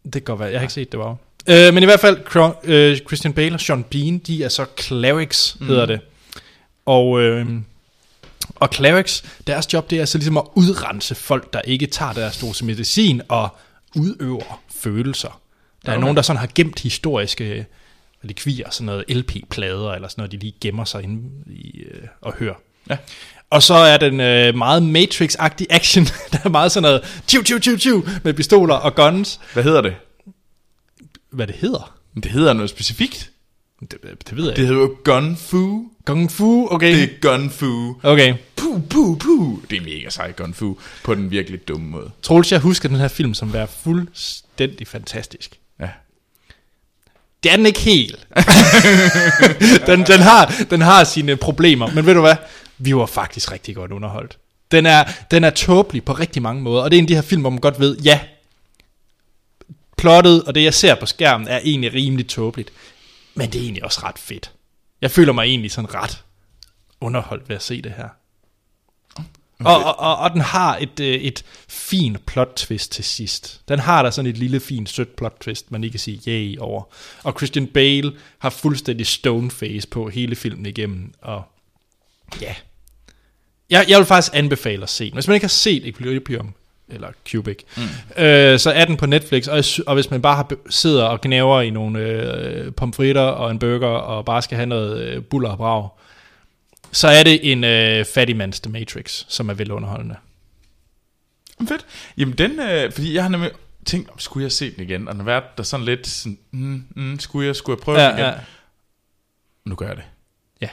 Speaker 1: det kan godt være. Jeg har ikke set det, var. Øh, men i hvert fald, Cro- øh, Christian Bale og Sean Bean, de er så Clerics, mm. hedder det. Og, øh, og Clerics, deres job, det er så ligesom at udrense folk, der ikke tager deres dose medicin og udøver følelser. Der er
Speaker 2: Okay.
Speaker 1: nogen, der sådan har gemt historiske øh, likvier, sådan noget LP-plader, eller sådan noget, de lige gemmer sig inde i, øh, og hører.
Speaker 2: Ja.
Speaker 1: Og så er den øh, meget Matrix-agtig action. der er meget sådan noget tju, tju, tju, tju, med pistoler og guns.
Speaker 2: Hvad hedder det?
Speaker 1: Hvad det hedder?
Speaker 2: Men Det hedder noget specifikt.
Speaker 1: Det, det ved jeg
Speaker 2: Det
Speaker 1: ikke.
Speaker 2: hedder jo Gun Fu.
Speaker 1: Kung Fu, okay.
Speaker 2: Det er Gun Fu.
Speaker 1: Okay.
Speaker 2: Puh, puh, puh. Det er mega sej Gun Fu. På den virkelig dumme måde.
Speaker 1: Troels, jeg husker den her film som være fuldstændig fantastisk.
Speaker 2: Ja.
Speaker 1: Det er den ikke helt. den, den, har, den har sine problemer, men ved du hvad? Vi var faktisk rigtig godt underholdt. Den er, den er tåbelig på rigtig mange måder, og det er en af de her film, hvor man godt ved, ja, plottet og det, jeg ser på skærmen, er egentlig rimelig tåbeligt. Men det er egentlig også ret fedt. Jeg føler mig egentlig sådan ret underholdt ved at se det her. Okay. Og, og, og, og den har et, øh, et fint plot-twist til sidst. Den har der sådan et lille, fint, sødt plot-twist, man ikke kan sige yay over. Og Christian Bale har fuldstændig stone face på hele filmen igennem. Og ja, jeg, jeg vil faktisk anbefale at se den. Hvis man ikke har set Equilibrium, eller Cubic, mm. øh, så er den på Netflix, og, jeg sy- og hvis man bare har, be- sidder og gnaver i nogle øh, pomfritter og en burger, og bare skal have noget øh, buller og brag, så er det en øh, fattigmands The Matrix, som er velunderholdende.
Speaker 2: Jamen, Fedt. Jamen den, øh, fordi jeg har nemlig tænkt, om skulle jeg se den igen? Og den har været der sådan lidt, sådan, mm, mm, skulle jeg, skulle jeg prøve ja,
Speaker 1: Ja,
Speaker 2: den igen?
Speaker 1: ja.
Speaker 2: Ja. Nu gør jeg det.
Speaker 1: ja.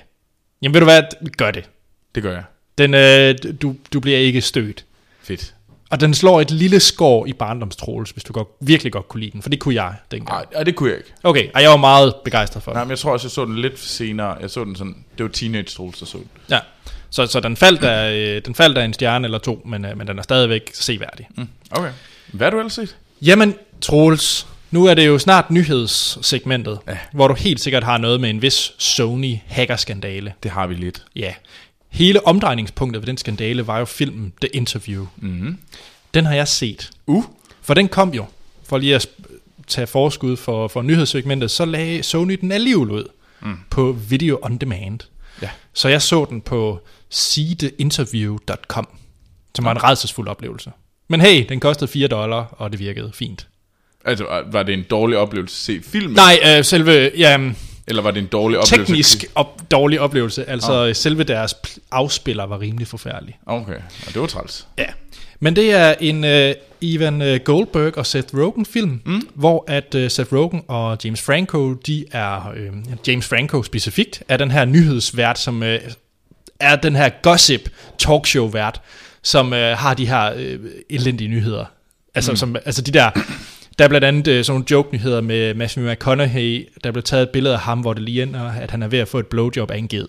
Speaker 1: Jamen ved du hvad, gør det.
Speaker 2: Det gør jeg.
Speaker 1: Den, øh, du, du bliver ikke stødt.
Speaker 2: Fedt.
Speaker 1: Og den slår et lille skår i barndomstroles, hvis du godt, virkelig godt kunne lide den, for det kunne jeg dengang.
Speaker 2: Nej, det kunne jeg ikke.
Speaker 1: Okay, og jeg var meget begejstret for den.
Speaker 2: Nej, men jeg tror også, jeg så den lidt senere. Jeg så den sådan, det var teenage Troels, der så den.
Speaker 1: Ja. Så, så den, faldt af, øh, den faldt af en stjerne eller to, men, øh, men den er stadigvæk seværdig. Mm.
Speaker 2: Okay. Hvad har du ellers set?
Speaker 1: Jamen, Troels, nu er det jo snart nyhedssegmentet,
Speaker 2: Ja.
Speaker 1: ja. hvor du helt sikkert har noget med en vis Sony-hackerskandale.
Speaker 2: Det har vi lidt.
Speaker 1: Ja. Hele omdrejningspunktet ved den skandale var jo filmen The Interview. Mm. Den har jeg set.
Speaker 2: Uh.
Speaker 1: For den kom jo, for lige at sp- tage forskud for, for nyhedssegmentet, så lagde Sony den alligevel ud mm. på Video On Demand.
Speaker 2: Ja.
Speaker 1: Så jeg så den på sideinterview.com, som var en redselsfuld oplevelse. Men hey, den kostede 4 dollar, og det virkede fint.
Speaker 2: Altså, var det en dårlig oplevelse at se filmen?
Speaker 1: Nej, øh, selve ja, øhm,
Speaker 2: Eller var det en dårlig oplevelse?
Speaker 1: teknisk op, dårlig oplevelse, altså ah. selve deres pl- afspiller var rimelig forfærdelig.
Speaker 2: Okay, og det var træls.
Speaker 1: Ja. Men det er en øh, Ivan øh, Goldberg og Seth Rogen film, mm. hvor at øh, Seth Rogen og James Franco, de er øh, James Franco specifikt er den her nyhedsvært, som øh, er den her gossip talkshow vært, som øh, har de her øh, elendige nyheder. Altså mm. som altså de der der er blandt andet øh, sådan nogle joke-nyheder med Matthew McConaughey, der blev taget et billede af ham, hvor det lige ender, at han er ved at få et blowjob af en ged.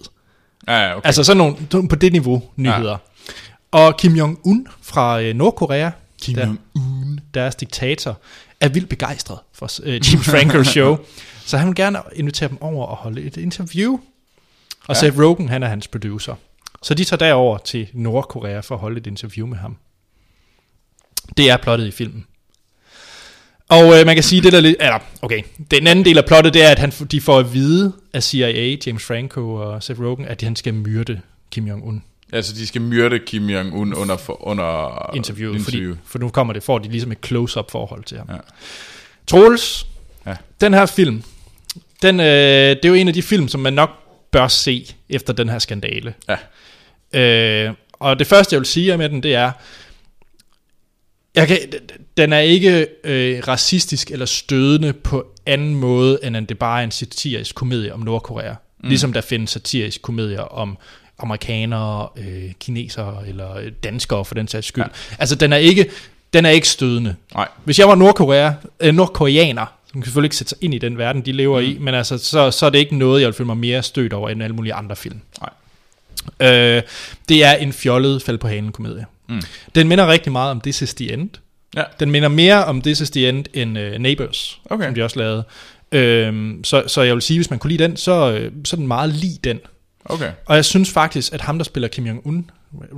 Speaker 2: Ja, ja, okay.
Speaker 1: Altså sådan nogle sådan på det niveau nyheder. Ja. Og Kim Jong-un fra øh, Nordkorea, Kim der, Jong-un. deres diktator, er vildt begejstret for øh, James Franco's show. Så han vil gerne invitere dem over og holde et interview. Og ja. Seth Rogen, han er hans producer. Så de tager derover til Nordkorea for at holde et interview med ham. Det er plottet i filmen. Og øh, man kan sige, det der lidt... Eller, okay. Den anden del af plottet, det er, at han, de får at vide af CIA, James Franco og Seth Rogen, at han skal myrde Kim Jong-un
Speaker 2: altså, de skal myrde Kim Jong-un under, for, under
Speaker 1: interviewet,
Speaker 2: interview.
Speaker 1: Fordi, for nu kommer det, får de ligesom et close-up forhold til ham.
Speaker 2: Ja.
Speaker 1: Ja. Troels,
Speaker 2: Ja.
Speaker 1: ja. den her film, den, øh, det er jo en af de film, som man nok bør se efter den her skandale.
Speaker 2: Ja.
Speaker 1: Øh, og det første, jeg vil sige med den, det er, jeg kan, den er ikke øh, racistisk eller stødende på anden måde, end at det bare er en satirisk komedie om Nordkorea. Mm. Ligesom der findes satirisk komedier om amerikanere, øh, kinesere eller øh, danskere for den sags skyld. Ja. Altså, den er ikke, den er ikke stødende.
Speaker 2: Nej.
Speaker 1: Hvis jeg var nordkorea, øh, nordkoreaner, som kan selvfølgelig ikke sætte sig ind i den verden, de lever mm. i, men altså, så, så er det ikke noget, jeg vil føle mig mere stødt over end alle mulige andre film.
Speaker 2: Nej.
Speaker 1: Øh, det er en fjollet fald på hanen komedie. Mm. Den minder rigtig meget om This is the End.
Speaker 2: Ja.
Speaker 1: Den minder mere om This is the End end uh, Neighbors,
Speaker 2: Okay.
Speaker 1: som de også lavede. Øhm, så, så jeg vil sige, hvis man kunne lide den, så, øh, så er den meget lige den.
Speaker 2: Okay.
Speaker 1: Og jeg synes faktisk, at ham, der spiller Kim Jong-un,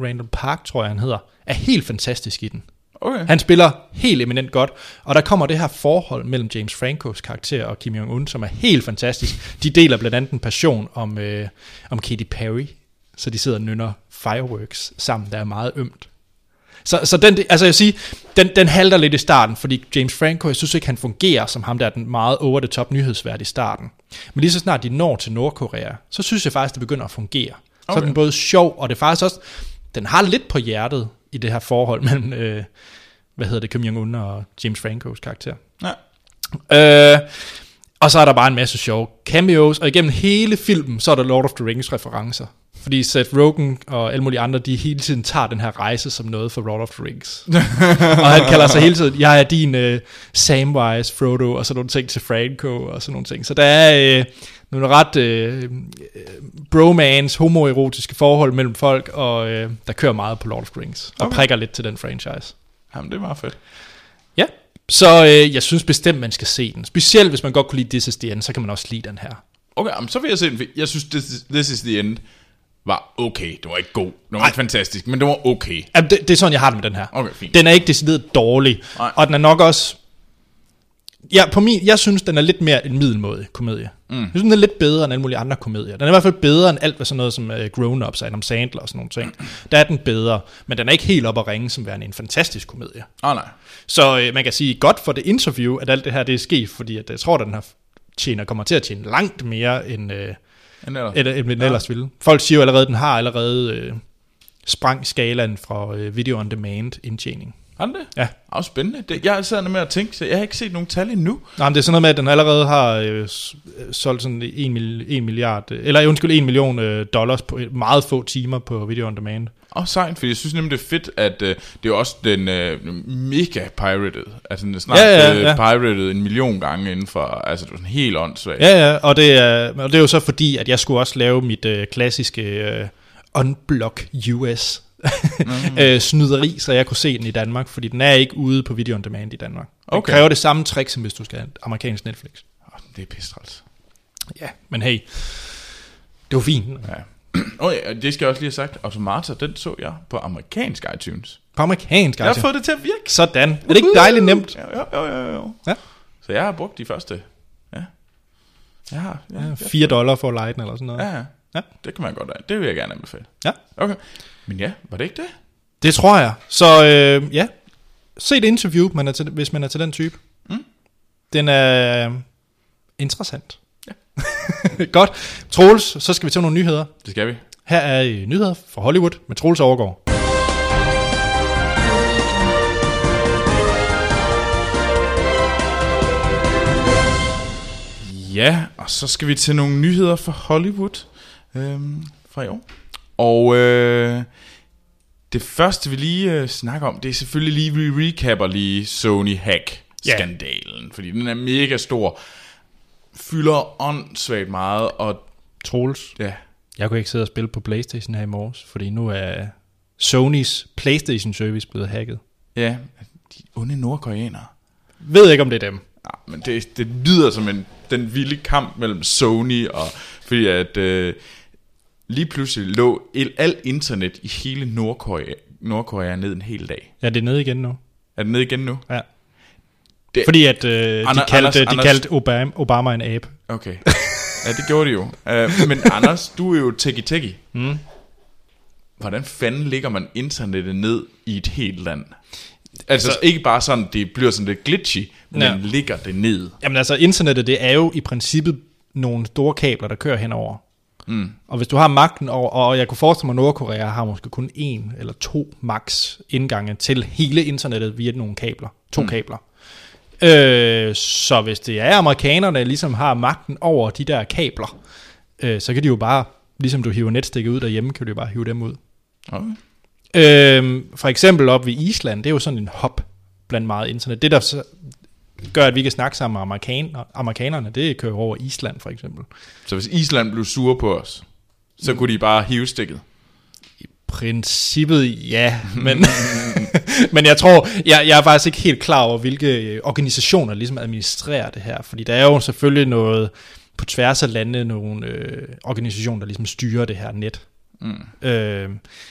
Speaker 1: Randall Park, tror jeg han hedder, er helt fantastisk i den.
Speaker 2: Okay.
Speaker 1: Han spiller helt eminent godt, og der kommer det her forhold mellem James Francos karakter og Kim Jong-un, som er helt fantastisk. De deler blandt andet en passion om, øh, om Katy Perry, så de sidder og nynner fireworks sammen, der er meget ømt. Så, så den, altså jeg vil sige, den, den halter lidt i starten, fordi James Franco, jeg synes ikke, han fungerer som ham, der er den meget over the top nyhedsvært i starten. Men lige så snart de når til Nordkorea, så synes jeg faktisk, det begynder at fungere. Så
Speaker 2: Okay.
Speaker 1: er den både sjov, og det er faktisk også, den har lidt på hjertet i det her forhold mellem, øh, hvad hedder det, Kim Jong-un og James Francos karakter.
Speaker 2: Ja.
Speaker 1: Øh, og så er der bare en masse sjove cameos, og igennem hele filmen, så er der Lord of the Rings referencer. Fordi Seth Rogen og alle mulige andre, de hele tiden tager den her rejse som noget for Lord of the Rings. og han kalder sig hele tiden, jeg er din uh, Samwise, Frodo, og sådan nogle ting til Franco, og sådan nogle ting. Så der er øh, nogle ret øh, øh, bromance, homoerotiske forhold mellem folk, og øh, der kører meget på Lord of the Rings, og
Speaker 2: Okay.
Speaker 1: prikker lidt til den franchise.
Speaker 2: Jamen, det er meget fedt.
Speaker 1: Ja, Så øh, jeg synes bestemt, man skal se den. Specielt hvis man godt kunne lide This is the End, så kan man også lide den her.
Speaker 2: Okay, jamen, så vil jeg se den. for Jeg synes, This is, This is the End var okay. Det var ikke god. Det var ikke fantastisk, men det var okay.
Speaker 1: Jamen, det, det er sådan, jeg har det med den her.
Speaker 2: Okay, fint.
Speaker 1: Den er ikke decideret dårlig.
Speaker 2: Nej.
Speaker 1: Og den er nok også... Ja, på min, jeg synes, den er lidt mere en middelmådig komedie. Mm. Jeg synes, den er lidt bedre end alle mulige andre komedier. Den er i hvert fald bedre end alt, hvad sådan noget som uh, Grown Ups og Adam Sandler og sådan nogle ting. Der er den bedre, men den er ikke helt op at ringe som værende en fantastisk komedie.
Speaker 2: Åh oh, nej.
Speaker 1: Så øh, man kan sige godt for det interview, at alt det her det er sket, fordi at, jeg tror, at den her tjener, kommer til at tjene langt mere, end, øh,
Speaker 2: Den er der.
Speaker 1: end, end den ellers ville. Folk siger jo allerede, at den har allerede øh, sprang skalaen fra øh, video on demand indtjening.
Speaker 2: Har den det?
Speaker 1: Ja.
Speaker 2: Åh, spændende. Det, jeg sad med at tænke, så jeg har ikke set nogen tal endnu.
Speaker 1: Nej, men det er sådan noget med, at den allerede har øh, s- øh, solgt sådan 1, mil, 1 milliard, øh, eller undskyld, 1 million øh, dollars på øh, meget få timer på video on demand.
Speaker 2: Åh, oh, sejt, fordi jeg synes nemlig, det er fedt, at øh, det er jo også den øh, mega pirated. Altså, den er snart
Speaker 1: Ja, ja,
Speaker 2: øh,
Speaker 1: ja.
Speaker 2: pirated en million gange inden for, altså, det var sådan helt åndssvagt.
Speaker 1: Ja, ja, og det, er, og det er jo så fordi, at jeg skulle også lave mit øh, klassiske øh, unblock US mm. øh, snyderi, så jeg kunne se den i Danmark, fordi den er ikke ude på video on demand i Danmark. Den
Speaker 2: Okay.
Speaker 1: kræver det samme trick, som hvis du skal have amerikansk Netflix.
Speaker 2: Oh, det er pisse træls.
Speaker 1: Ja, men hey, det var fint.
Speaker 2: Ja. Åh oh, ja, og det skal jeg også lige have sagt. Automata, den så jeg på amerikansk iTunes.
Speaker 1: På amerikansk,
Speaker 2: Jeg har
Speaker 1: altså.
Speaker 2: fået det til at virke.
Speaker 1: Sådan. Er det ikke dejligt nemt?
Speaker 2: Ja, jo, jo, jo, jo.
Speaker 1: Ja.
Speaker 2: Så jeg har brugt de første. Ja. Jeg har, ja, ja.
Speaker 1: 4 dollar for at lege den, eller sådan noget.
Speaker 2: ja.
Speaker 1: Ja.
Speaker 2: ja. Det kan man godt af. Det vil jeg gerne anbefale.
Speaker 1: Ja.
Speaker 2: Okay. Men ja, var det ikke det?
Speaker 1: Det tror jeg. Så øh, ja, se et interview, man er til, hvis man er til den type. Mm. Den er øh, interessant. Ja. Godt. Troels, så skal vi til nogle nyheder.
Speaker 2: Det skal vi.
Speaker 1: Her er øh, nyheder fra Hollywood med Troels Overgaard.
Speaker 2: Ja, og så skal vi til nogle nyheder fra Hollywood øhm, fra i år. Og øh, det første, vi lige øh, snakker om, det er selvfølgelig lige, vi recapper lige Sony Hack-skandalen. Fordi den er mega stor, fylder åndssvagt meget, og
Speaker 1: Troels,
Speaker 2: ja,
Speaker 1: jeg kunne ikke sidde og spille på Playstation her i morges, fordi nu er Sonys Playstation Service blevet hacket.
Speaker 2: ja de onde nordkoreanere.
Speaker 1: Ved ikke, om det er dem.
Speaker 2: Nej, men det, det lyder som en, den vilde kamp mellem Sony og... Fordi at øh, lige pludselig lå el, alt internet i hele Nordkorea, Nordkorea ned en hel dag.
Speaker 1: Ja, det er nede igen nu.
Speaker 2: Er den nede igen nu?
Speaker 1: Ja.
Speaker 2: Det-
Speaker 1: Fordi at øh, de
Speaker 2: Anders-
Speaker 1: kaldte, de
Speaker 2: Anders-
Speaker 1: kaldte Obama, Obama en abe.
Speaker 2: Okay. ja, det gjorde de jo. Uh, men Anders, du er jo tekki-tekki. Mm. Hvordan fanden ligger man internettet ned i et helt land? Altså så... ikke bare sådan, det bliver sådan lidt glitchy, men
Speaker 1: Ja.
Speaker 2: ja. ligger det ned.
Speaker 1: Jamen altså, internettet, det er jo i princippet nogle store kabler, der kører henover. Mm. Og hvis du har magten over, og jeg kunne forestille mig, at Nordkorea har måske kun en eller to max indgange til hele internettet via nogle kabler. To mm. kabler. Øh, så hvis det er amerikanerne, der ligesom har magten over de der kabler, øh, så kan de jo bare, ligesom du hiver netstikket ud derhjemme, kan du jo bare hive dem ud.
Speaker 2: Okay.
Speaker 1: Øhm, for eksempel op ved Island, det er jo sådan en hop blandt meget internet. Det, der så gør, at vi kan snakke sammen med amerikaner, amerikanerne, det kører over Island for eksempel.
Speaker 2: Så hvis Island blev sure på os, så kunne de bare hive stikket.
Speaker 1: Princippet, ja, men, men jeg tror, jeg, jeg er faktisk ikke helt klar over, hvilke øh, organisationer ligesom administrerer det her, fordi der er jo selvfølgelig noget på tværs af landene, nogle øh, organisationer, der ligesom styrer det her net. Mm. Øh,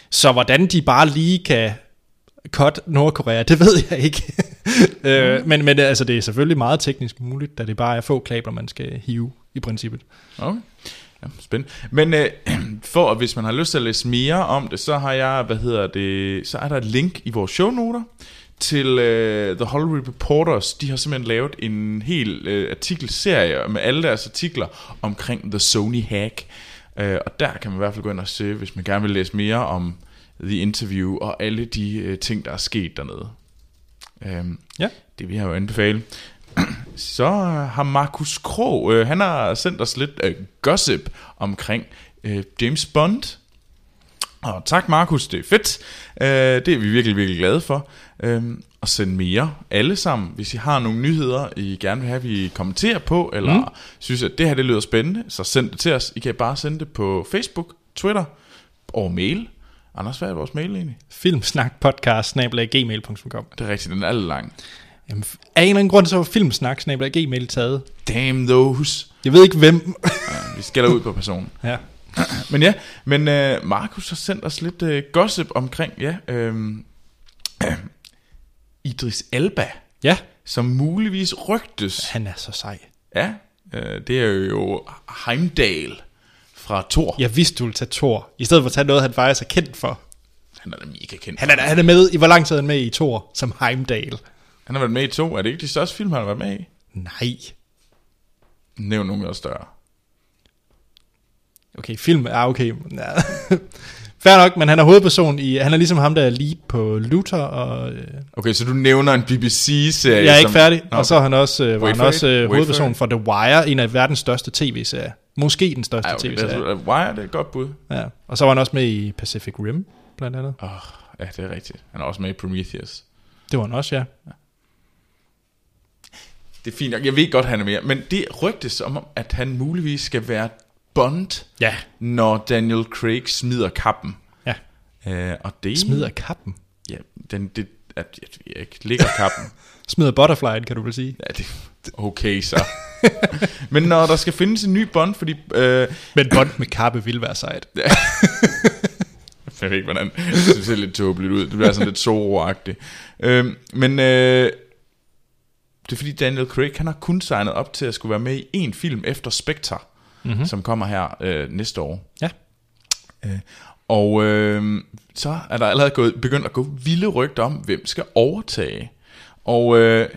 Speaker 1: så hvordan de bare lige kan cut Nordkorea, det ved jeg ikke. øh, men, men altså, det er selvfølgelig meget teknisk muligt, da det bare er få kabler, man skal hive i princippet.
Speaker 2: Okay. Ja, spændende. Men øh, for at hvis man har lyst til at læse mere om det, så har jeg, hvad hedder det, så er der et link i vores shownoter til øh, The Hollywood Reporters. De har simpelthen lavet en hel øh, artikelserie med alle deres artikler omkring The Sony Hack. Øh, og der kan man i hvert fald gå ind og se, hvis man gerne vil læse mere om The Interview og alle de øh, ting, der er sket dernede. Øhm,
Speaker 1: Ja.
Speaker 2: Det vi har jo anbefale. Så øh, har Markus Krog, øh, han har sendt os lidt øh, gossip omkring øh, James Bond. Og tak Markus, det er fedt. Øh, det er vi virkelig, virkelig glade for. Øh, og send mere alle sammen, hvis I har nogle nyheder, I gerne vil have, vi kommenterer på, eller mm. synes, at det her det lyder spændende, så send det til os. I kan bare sende det på Facebook, Twitter og mail. Anders, hvad er vores mail egentlig?
Speaker 1: Filmsnakpodcast, snabel-a gmail.com
Speaker 2: Det er rigtigt, den er lidt lang.
Speaker 1: Jamen, f- af en eller anden grund, så var filmsnak-gmail taget.
Speaker 2: Damn those.
Speaker 1: Jeg ved ikke, hvem.
Speaker 2: Vi skælder ud på personen.
Speaker 1: ja.
Speaker 2: Men ja, men øh, Markus har sendt os lidt øh, gossip omkring, ja, øh, øh, Idris Elba,
Speaker 1: ja,
Speaker 2: som muligvis rygtes.
Speaker 1: han er så sej.
Speaker 2: Ja, øh, det er jo Heimdall fra Thor.
Speaker 1: Jeg vidste, du ville tage Thor, i stedet for at tage noget, han faktisk er kendt for.
Speaker 2: Han er da mega kendt.
Speaker 1: Han er, han er med, i hvor lang tid er han med i Thor, som Heimdall?
Speaker 2: han har været med i to. Er det ikke de største film, han har været med i?
Speaker 1: Nej.
Speaker 2: Nævn nogle, der er større.
Speaker 1: Okay, film er okay. men- Ja. Fair nok, men han er hovedperson i... Han er ligesom ham, der er lead på Luther, og... Øh,
Speaker 2: Okay, så du nævner en BBC-serie.
Speaker 1: jeg er ikke
Speaker 2: som-
Speaker 1: færdig.
Speaker 2: ligesom- Nå,
Speaker 1: Og så er han også, øh, var
Speaker 2: Wait
Speaker 1: han
Speaker 2: for
Speaker 1: også
Speaker 2: it.
Speaker 1: øh,
Speaker 2: Wait for
Speaker 1: hovedperson
Speaker 2: it.
Speaker 1: for The Wire, en af verdens største tv-serier. Måske den største
Speaker 2: Ej, okay, det
Speaker 1: tv-serie.
Speaker 2: er, Wire, det er et godt bud.
Speaker 1: Ja. Og så var han også med i Pacific Rim, blandt andet.
Speaker 2: Oh, ja, det er rigtigt. Han er også med i Prometheus.
Speaker 1: Det var han også, ja.
Speaker 2: Det er fint nok. Jeg ved godt, han er mere. Men det rygtes om, at han muligvis skal være Bond,
Speaker 1: Ja.
Speaker 2: når Daniel Craig smider kappen.
Speaker 1: Ja.
Speaker 2: Øh, og det...
Speaker 1: Smider kappen.
Speaker 2: Ja, den, det, at, jeg, jeg ikke ligger kappen.
Speaker 1: Smider butterflyen, kan du vel sige.
Speaker 2: ja, det, okay så. Men når der skal findes en ny Bond, fordi... Øh,
Speaker 1: Men Bond med kappe vil være sejt.
Speaker 2: Jeg ved ikke, hvordan. Det ser lidt tåbeligt ud. Det bliver sådan lidt soroagtigt. Øhm, men øh, det er fordi Daniel Craig, han har kun signet op til at skulle være med i én film efter Spectre, mm-hmm. som kommer her øh, næste år.
Speaker 1: Ja.
Speaker 2: Øh, og øh, så er der allerede gået, begyndt at gå vilde rygter om, hvem skal overtage. Og øh,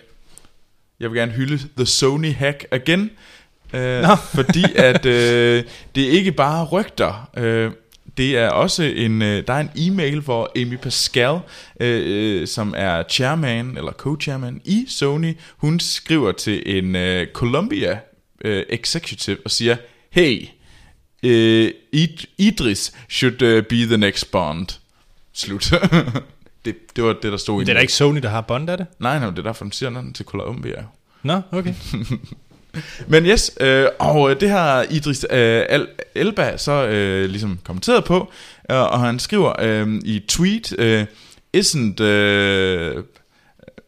Speaker 2: jeg vil gerne hylde The Sony Hack igen, øh,
Speaker 1: Nå.
Speaker 2: fordi at øh, det er ikke bare rygter. Øh, det er også en, øh, der er en e-mail, hvor Amy Pascal, øh, øh, som er chairman eller co-chairman i Sony, hun skriver til en øh, Columbia øh, executive og siger, hey, øh, Id- Idris should øh, be the next Bond. Slut. det, det var det, der stod i
Speaker 1: Det er da ikke Sony, der har Bond, er det?
Speaker 2: Nej, nej, det er derfor, den siger noget til Columbia.
Speaker 1: Nå, okay.
Speaker 2: Men yes, øh, og øh, det har Idris øh, Al- Elba så øh, ligesom kommenteret på, øh, og han skriver øh, i et tweet, øh, isn't øh,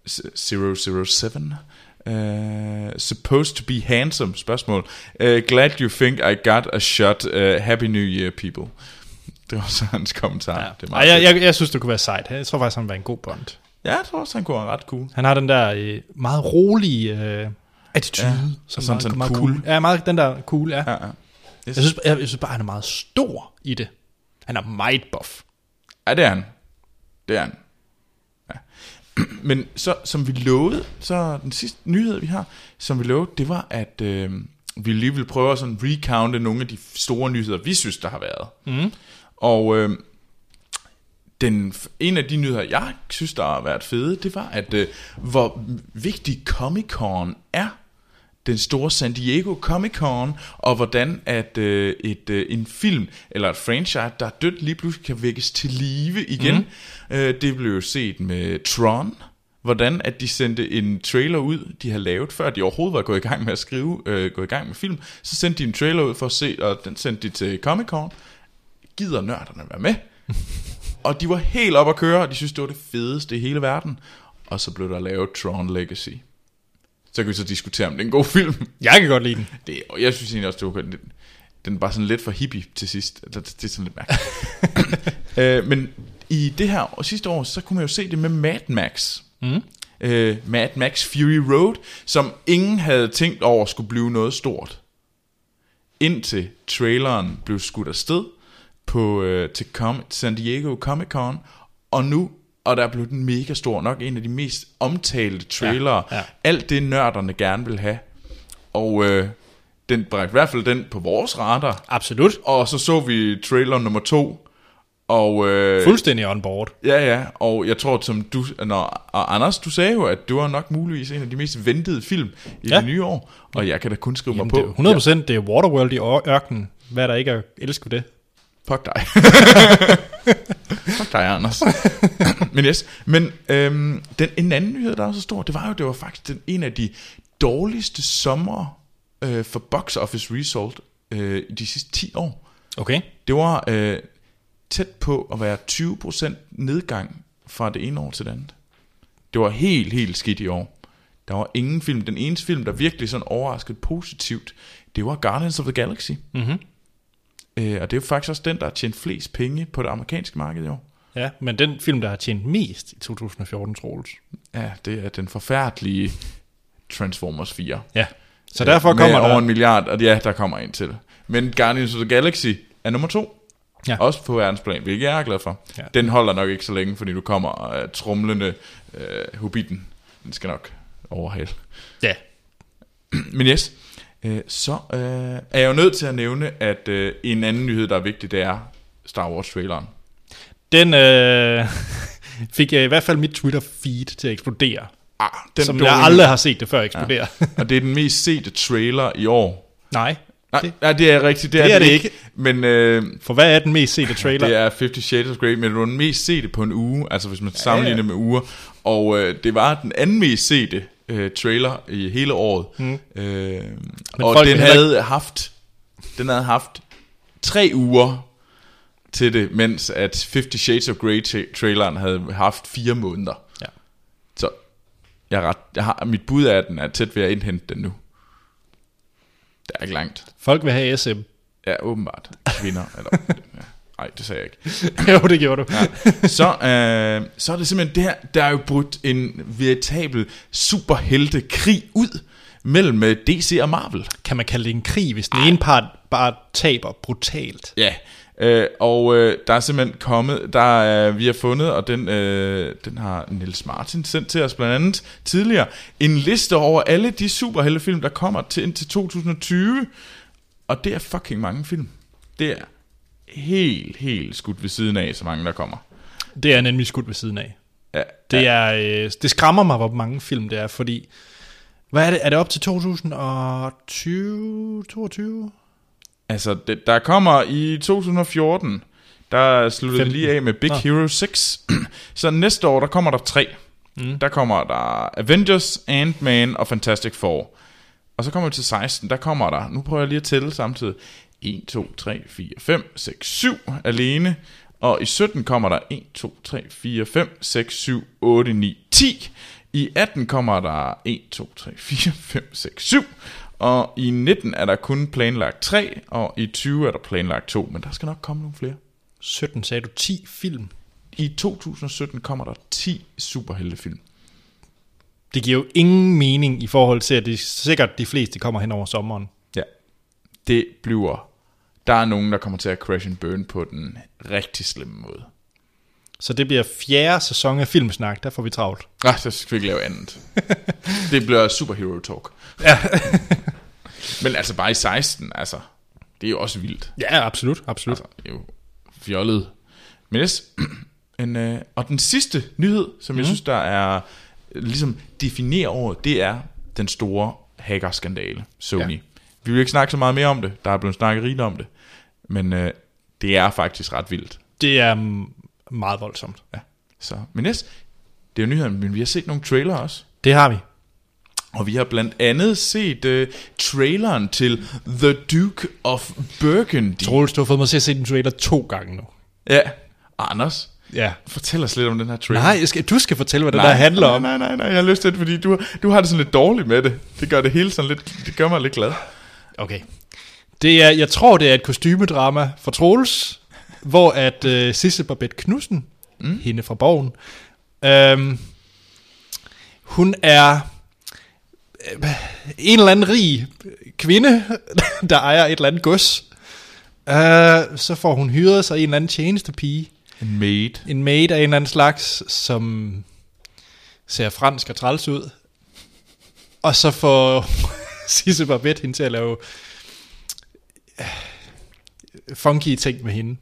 Speaker 2: s- 007 uh, supposed to be handsome? Spørgsmål. Uh, glad you think I got a shot. Uh, happy New Year, people. Det var så hans kommentar.
Speaker 1: Ja.
Speaker 2: Det er
Speaker 1: Ej, jeg,
Speaker 2: fedt.
Speaker 1: jeg, jeg synes, det kunne være sejt. Jeg tror faktisk, han var en god Bond.
Speaker 2: ja, jeg tror også, han kunne være ret cool.
Speaker 1: Han har den der øh, meget rolige øh, attitude,
Speaker 2: Ja,
Speaker 1: ja,
Speaker 2: og
Speaker 1: som
Speaker 2: sådan-
Speaker 1: meget,
Speaker 2: sådan
Speaker 1: meget
Speaker 2: cool.
Speaker 1: cool. Ja, meget den der cool, ja.
Speaker 2: Ja,
Speaker 1: ja.
Speaker 2: ja. Yes.
Speaker 1: Jeg, synes, jeg, jeg synes bare, han er meget stor i det. Han er meget buff.
Speaker 2: Ja, det er han. Det er han. Ja. Men så, som vi lovede, så den sidste nyhed, vi har, som vi lovede, det var, at øh, vi lige ville prøve at sådan recounte nogle af de store nyheder, vi synes, der har været. Mm. Og øh, den, en af de nyheder, jeg synes, der har været fede, det var, at øh, hvor vigtig Comic-Con er. Den store San Diego Comic-Con, og hvordan at øh, et, øh, en film eller et franchise, der er dødt, lige pludselig kan vækkes til live igen. Mm. Øh, det blev jo set med Tron, hvordan at de sendte en trailer ud, de har lavet, før de overhovedet var gået i gang med at skrive, øh, gået i gang med film. Så sendte de en trailer ud for at se, og den sendte de til Comic-Con. Gider nørderne være med? Og de var helt op at køre, og de synes, det var det fedeste i hele verden. Og så blev der lavet Tron Legacy. Så kan vi så diskutere, om det er en god film.
Speaker 1: Jeg kan godt lide den.
Speaker 2: Det, og jeg synes egentlig også, det var godt. Den- Den er bare sådan lidt for hippie til sidst. Eller Det det er sådan lidt mærkeligt. øh, men i det her og sidste år, så kunne man jo se det med Mad Max. Mm. Øh, Mad Max Fury Road, som ingen havde tænkt over skulle blive noget stort indtil traileren blev skudt afsted på, øh, til Com- San Diego Comic Con, og nu, og der blev den mega stor, nok en af de mest omtalte trailere,
Speaker 1: Ja, ja.
Speaker 2: alt det nørderne gerne vil have. Og øh, den bragte i hvert fald den på vores radar,
Speaker 1: Absolut.
Speaker 2: og så så vi trailer nummer to, og øh,
Speaker 1: Fuldstændig on board.
Speaker 2: ja, ja, og jeg tror, som du, når, og Anders, du sagde jo, at det var nok muligvis en af de mest ventede film i
Speaker 1: Ja.
Speaker 2: det nye år, og jeg kan da kun skrive
Speaker 1: Jamen,
Speaker 2: mig
Speaker 1: det
Speaker 2: på.
Speaker 1: er 100 procent, det er Waterworld i ør- ørkenen. Hvad er der ikke at elske ved det?
Speaker 2: Fuck dig. Fuck dig, Anders. men yes, men øhm, den, en anden nyhed, der er så stor, det var jo, det var faktisk den, en af de dårligste sommer øh, for box office result øh, i de sidste 10 år.
Speaker 1: Okay.
Speaker 2: Det var øh, tæt på at være 20% nedgang fra det ene år til det andet. Det var helt, helt skidt i år. Der var ingen film. Den eneste film, der virkelig sådan overraskede positivt, det var Guardians of the Galaxy.
Speaker 1: Mm-hmm.
Speaker 2: Øh, og det er jo faktisk også den, der har tjent flest penge på det amerikanske marked i år.
Speaker 1: Ja, men den film, der har tjent mest i 2014, Troels.
Speaker 2: Ja, det er den forfærdelige Transformers 4.
Speaker 1: Ja. Så derfor
Speaker 2: Øh,
Speaker 1: kommer
Speaker 2: med
Speaker 1: der...
Speaker 2: over en milliard, og ja, der kommer en til. Men Guardians of the Galaxy er nummer to.
Speaker 1: Ja.
Speaker 2: Også på verdensplan, hvilket jeg er glad for.
Speaker 1: Ja.
Speaker 2: Den holder nok ikke så længe, fordi nu kommer uh, trumlende uh, Hobbiten. Den skal nok overhale.
Speaker 1: Ja.
Speaker 2: Men yes, øh, så øh, er jeg jo nødt til at nævne, at øh, en anden nyhed, der er vigtig, det er Star Wars-traileren.
Speaker 1: Den øh, fik jeg i hvert fald mit Twitter-feed til at eksplodere.
Speaker 2: Ah,
Speaker 1: Den som
Speaker 2: dumme.
Speaker 1: jeg aldrig har set det før eksplodere. Ja.
Speaker 2: Og det er den mest sete trailer i år.
Speaker 1: Nej.
Speaker 2: Nej,
Speaker 1: Det-
Speaker 2: det, nej, det er rigtigt. Det,
Speaker 1: Det
Speaker 2: er,
Speaker 1: er
Speaker 2: det
Speaker 1: det
Speaker 2: ikke. Men øh,
Speaker 1: For hvad er den mest sete trailer?
Speaker 2: det er 50 Shades of Grey, men det var den mest sete på en uge, altså hvis man sammenligner
Speaker 1: ja.
Speaker 2: med uger. Og øh, det var den anden mest sete øh, trailer i hele året.
Speaker 1: Mm.
Speaker 2: Øh,
Speaker 1: Men
Speaker 2: og
Speaker 1: folk
Speaker 2: den
Speaker 1: vil heller
Speaker 2: havde, haft, den havde haft tre uger til det, mens at 50 Shades of Grey tra- traileren havde haft fire måneder.
Speaker 1: Ja.
Speaker 2: Så jeg er ret, jeg har, mit bud er, at den er tæt ved at indhente den nu. Det er ikke langt.
Speaker 1: Folk vil have SM.
Speaker 2: Ja, åbenbart. Kvinder. Eller, ja. Ej, det sagde jeg ikke.
Speaker 1: jo, det gjorde du. Ja.
Speaker 2: Så, øh, så er det simpelthen det her, der er jo brudt en veritabel superheltekrig ud mellem øh, DC og Marvel.
Speaker 1: Kan man kalde det en krig, hvis den ene part bare taber brutalt?
Speaker 2: Ja, øh, og øh, der er simpelthen kommet, der er, vi har fundet, og den, øh, den har Niels Martin sendt til os blandt andet tidligere, en liste over alle de superheltefilm, der kommer til indtil 2020. Og det er fucking mange film. Det er helt, helt skudt ved siden af, så mange der kommer.
Speaker 1: Det er nemlig skudt ved siden af.
Speaker 2: Ja,
Speaker 1: Det, er, øh, det skræmmer mig, hvor mange film det er, fordi... Hvad er det? Er det op til 2020? 22?
Speaker 2: Altså, det, der kommer i 2014, der sluttede det
Speaker 1: 15.
Speaker 2: lige af med Big
Speaker 1: Nå.
Speaker 2: Hero 6. Så næste år, der kommer der tre.
Speaker 1: Mm.
Speaker 2: Der kommer der Avengers, Ant-Man og Fantastic Four. Og så kommer vi til 16, der kommer der, nu prøver jeg lige at tælle samtidig, 1, 2, 3, 4, 5, 6, 7 alene. Og i 17 kommer der 1, 2, 3, 4, 5, 6, 7, 8, 9, 10. I 18 kommer der 1, 2, 3, 4, 5, 6, 7. Og i 19 er der kun planlagt 3, og i 20 er der planlagt 2, men der skal nok komme nogle flere.
Speaker 1: 17 sagde du 10 film.
Speaker 2: I 2017 kommer der 10 superheltefilm.
Speaker 1: Det giver jo ingen mening i forhold til, at det sikkert de fleste kommer hen over sommeren.
Speaker 2: Ja. Det bliver... Der er nogen, der kommer til at crash and burn på den rigtig slemme måde.
Speaker 1: Så det bliver fjerde sæson af Filmsnak, der får vi travlt.
Speaker 2: Nej, Ah, så skal vi ikke lave andet. det bliver superhero talk. Ja. Men altså bare i 16, altså. Det er jo også vildt.
Speaker 1: Ja, absolut, absolut.
Speaker 2: Altså, det er jo fjollet. Men yes. Men, øh, og den sidste nyhed, som mm. jeg synes, der er øh, ligesom definerer året, det er den store hackerskandale, Sony.
Speaker 1: Ja.
Speaker 2: Ja. Vi vil ikke snakke så meget mere om det. Der er blevet snakket rigtigt om det. Men øh, det er faktisk ret vildt.
Speaker 1: Det er mm, meget voldsomt.
Speaker 2: Ja. Så, men yes, det er jo nyheden, men vi har set nogle trailer også.
Speaker 1: Det har vi.
Speaker 2: Og vi har blandt andet set øh, traileren til The Duke of Burgundy.
Speaker 1: Troels, du har fået mig til at se den trailer to gange nu.
Speaker 2: Ja, Anders,
Speaker 1: Ja.
Speaker 2: fortæl os lidt om den her trailer.
Speaker 1: Nej, jeg skal, du skal fortælle, hvad det der handler om.
Speaker 2: Nej, nej, nej, nej, jeg har lyst til det, fordi du, du har det sådan lidt dårligt med det. Det gør det hele sådan lidt, det gør mig lidt glad.
Speaker 1: Okay. Det er, jeg tror, det er et kostymedrama for Troels, hvor at øh, Sissel Babette Knudsen, mm. hende fra Borgen, øhm, hun er øh, en eller anden rig kvinde, der ejer et eller andet gods. Øh, så får hun hyret sig en eller anden tjenestepige,
Speaker 2: En maid.
Speaker 1: en maid af en eller anden slags, som ser fransk og træls ud. Og så får Sisse Barbet hende til at lave øh, funky ting med hende.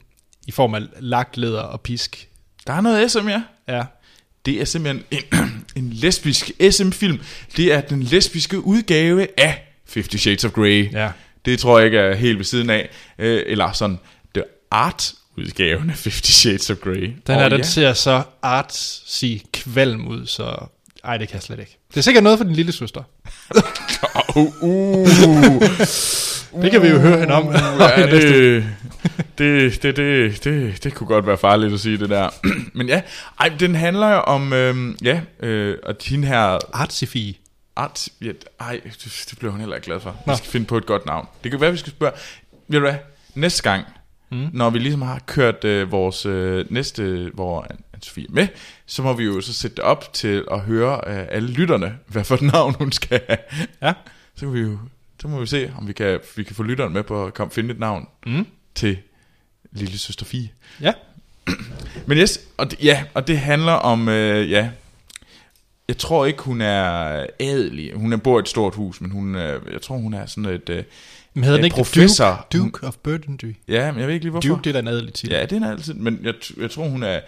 Speaker 1: I form af lagt læder og pisk.
Speaker 2: Der er noget SM, ja.
Speaker 1: Ja.
Speaker 2: Det er simpelthen en, en lesbisk SM-film. Det er den lesbiske udgave af Fifty Shades of Grey.
Speaker 1: Ja.
Speaker 2: Det tror jeg ikke er helt ved siden af. Øh, eller sådan, det er art-udgaven af Fifty Shades of Grey.
Speaker 1: Den her, den ser så artsy kvalm ud, så... Ej, det kan jeg slet ikke. Det er sikkert noget for din lille søster.
Speaker 2: Oh, uh,
Speaker 1: Det kan vi jo høre hende om.
Speaker 2: ja, det, det, det, det, det, det kunne godt være farligt at sige det der. Men ja, ej, den handler jo om, øhm, ja, øh, at hende her
Speaker 1: Artsy fie.
Speaker 2: Art... Ja, ej, det det blev hun heller ikke glad for. Vi skal finde på et godt navn. Det kan være, vi skal spørge... Ved du hvad? Næste gang, mm. når vi ligesom har kørt øh, vores øh, næste, hvor Anne-Sophie er med, så må vi jo så sætte det op til at høre øh, alle lytterne, hvad for et navn hun skal have.
Speaker 1: Ja.
Speaker 2: Så kan vi jo... Så må vi se, om vi kan, vi kan få lytteren med på at komme finde et navn mm. til lille søster Fie.
Speaker 1: Ja.
Speaker 2: Men yes, og det, ja, og det handler om, øh, ja, jeg tror ikke, hun er adelig. Hun er- bor i et stort hus, men hun, øh, jeg tror, hun er sådan et, øh,
Speaker 1: Men havde
Speaker 2: Ja,
Speaker 1: den ikke
Speaker 2: professor.
Speaker 1: Duke, Duke of Burgundy?
Speaker 2: ja, men jeg ved ikke lige, hvorfor.
Speaker 1: Duke, det er da en adelig titel.
Speaker 2: Ja, det er en altid, men jeg, t- jeg tror, hun er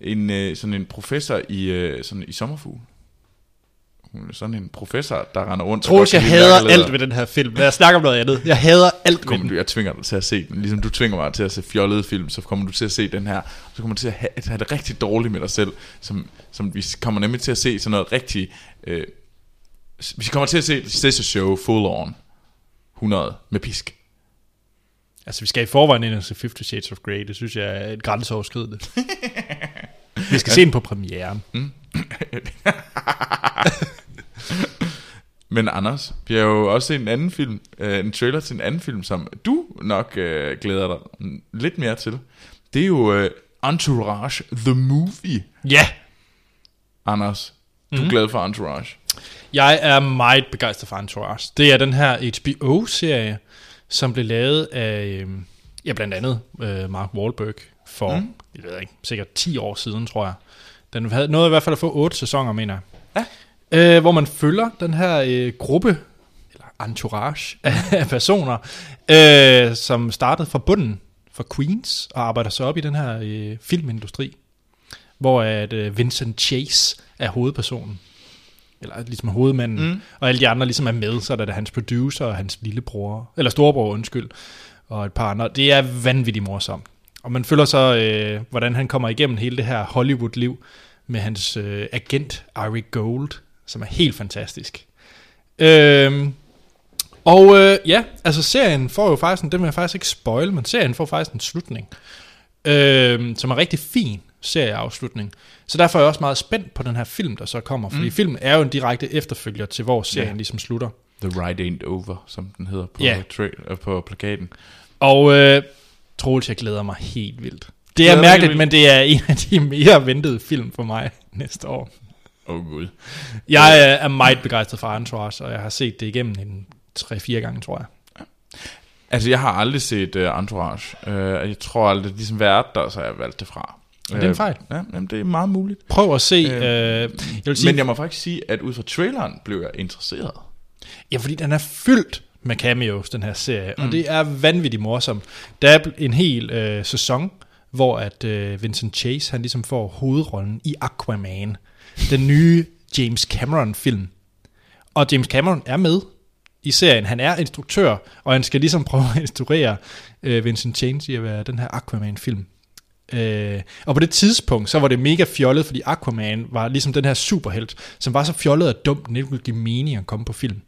Speaker 2: en, øh, sådan en professor i, øh, sådan, i sommerfugl. Hun er sådan en professor, der render rundt. og
Speaker 1: Troels,
Speaker 2: godt kan
Speaker 1: jeg
Speaker 2: lide
Speaker 1: hader
Speaker 2: nakkelæder.
Speaker 1: alt ved den her film. Lad os snakke om noget andet. Jeg hader alt ved
Speaker 2: Kommer
Speaker 1: den.
Speaker 2: du, jeg tvinger dig til at se den. Ligesom du tvinger mig til at se fjollede film, så kommer du til at se den her. Så kommer du til at have, at have det rigtig dårligt med dig selv. Som, som vi kommer nemlig til at se sådan noget rigtig... Øh, s- vi kommer til at se Stage Show Full On 100 med pisk.
Speaker 1: Altså, vi skal i forvejen ind og se 50 Shades of Grey. Det synes jeg er et grænseoverskridende. vi skal se den på premieren.
Speaker 2: Men Anders, vi har jo også set en anden film, øh, en trailer til en anden film, som du nok øh, glæder dig mm, lidt mere til. Det er jo øh, Entourage The Movie,
Speaker 1: Ja,
Speaker 2: Anders. Du er glad for Entourage.
Speaker 1: jeg er meget begejstret for Entourage. Det er den her HBO-serie, som blev lavet af, øhm, ja, blandt andet øh, Mark Wahlberg for, mm. jeg ved ikke, sikkert 10 år siden, tror jeg. Den havde noget i hvert fald at få 8 sæsoner, mener jeg.
Speaker 2: Ja.
Speaker 1: øh, hvor man følger den her øh, gruppe, eller entourage af personer, øh, som startede fra bunden for Queens og arbejder sig op i den her øh, filmindustri, hvor at, øh, Vincent Chase er hovedpersonen, eller ligesom hovedmanden, mm. og alle de andre ligesom er med, så er der da hans producer og hans lillebror, eller storebror, undskyld, og et par andre. Det er vanvittigt morsomt. Og man føler så, øh, hvordan han kommer igennem hele det her Hollywood-liv med hans øh, agent, Ari Gold, som er helt fantastisk. Øhm, og øh, ja, altså serien får jo faktisk, en, den vil jeg faktisk ikke spoil, men serien får faktisk en slutning, øhm, som er rigtig fin serieafslutning. Så derfor er jeg også meget spændt på den her film, der så kommer, fordi mm. filmen er jo en direkte efterfølger til, hvor serien
Speaker 2: Ja.
Speaker 1: ligesom slutter.
Speaker 2: The Ride Ain't Over, som den hedder på,
Speaker 1: Ja.
Speaker 2: yeah. tra- øh, på plakaten.
Speaker 1: Og øh, Troels, jeg glæder mig helt vildt. Det
Speaker 2: Glæder
Speaker 1: er
Speaker 2: dig
Speaker 1: mærkeligt,
Speaker 2: helt
Speaker 1: men det er en af de mere ventede film for mig næste år.
Speaker 2: Åh oh, gud.
Speaker 1: Jeg øh, er meget begejstret for Entourage, og jeg har set det igennem en 3-4 gange, tror jeg.
Speaker 2: Altså, jeg har aldrig set uh, Entourage. Uh, jeg tror aldrig, det har ligesom været der, så har jeg valgt det fra.
Speaker 1: Men det er en fejl.
Speaker 2: Uh, ja, jamen, det er meget muligt.
Speaker 1: Prøv at se.
Speaker 2: Øh,
Speaker 1: Øh, jeg vil sige,
Speaker 2: Men jeg må faktisk sige, at ud fra traileren blev jeg interesseret.
Speaker 1: Ja, fordi den er fyldt med cameos, den her serie, mm. og det er vanvittigt morsomt. Der er bl- en hel øh, sæson, hvor at øh, Vincent Chase, han ligesom får hovedrollen i Aquaman, den nye James Cameron-film. Og James Cameron er med i serien. Han er instruktør, og han skal ligesom prøve at instruere øh, Vincent Chase i at være den her Aquaman-film. Øh, og på det tidspunkt, så var det mega fjollet, fordi Aquaman var ligesom den her superhelt, som var så fjollet og dumt, den ikke ville give mening at komme på film.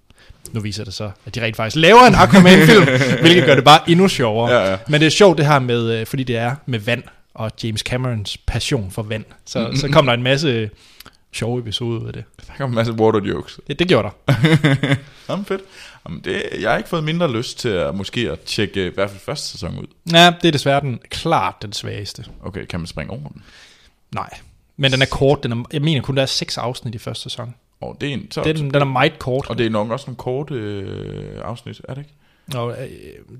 Speaker 1: Nu viser det så, at de rent faktisk laver en Aquaman-film, hvilket gør det bare endnu sjovere.
Speaker 2: Ja, ja.
Speaker 1: Men det er sjovt det her med, øh, fordi det er med vand, og James Camerons passion for vand. Så, mm-hmm. så kom der en masse sjove episoder ud af det.
Speaker 2: Der kom en masse water jokes.
Speaker 1: Det, det gjorde der.
Speaker 2: Jamen fedt. Jamen, det, jeg har ikke fået mindre lyst til at måske at tjekke øh, i hvert fald første sæson ud.
Speaker 1: Ja, det er desværre den klart den svageste.
Speaker 2: Okay, kan man springe over den?
Speaker 1: Nej. Men den er kort. Den er, jeg mener kun, der er seks afsnit i første sæson.
Speaker 2: Og det er en, så,
Speaker 1: Den, den er meget kort.
Speaker 2: og det er nok også nogle korte øh, afsnit, er det ikke?
Speaker 1: Og, øh,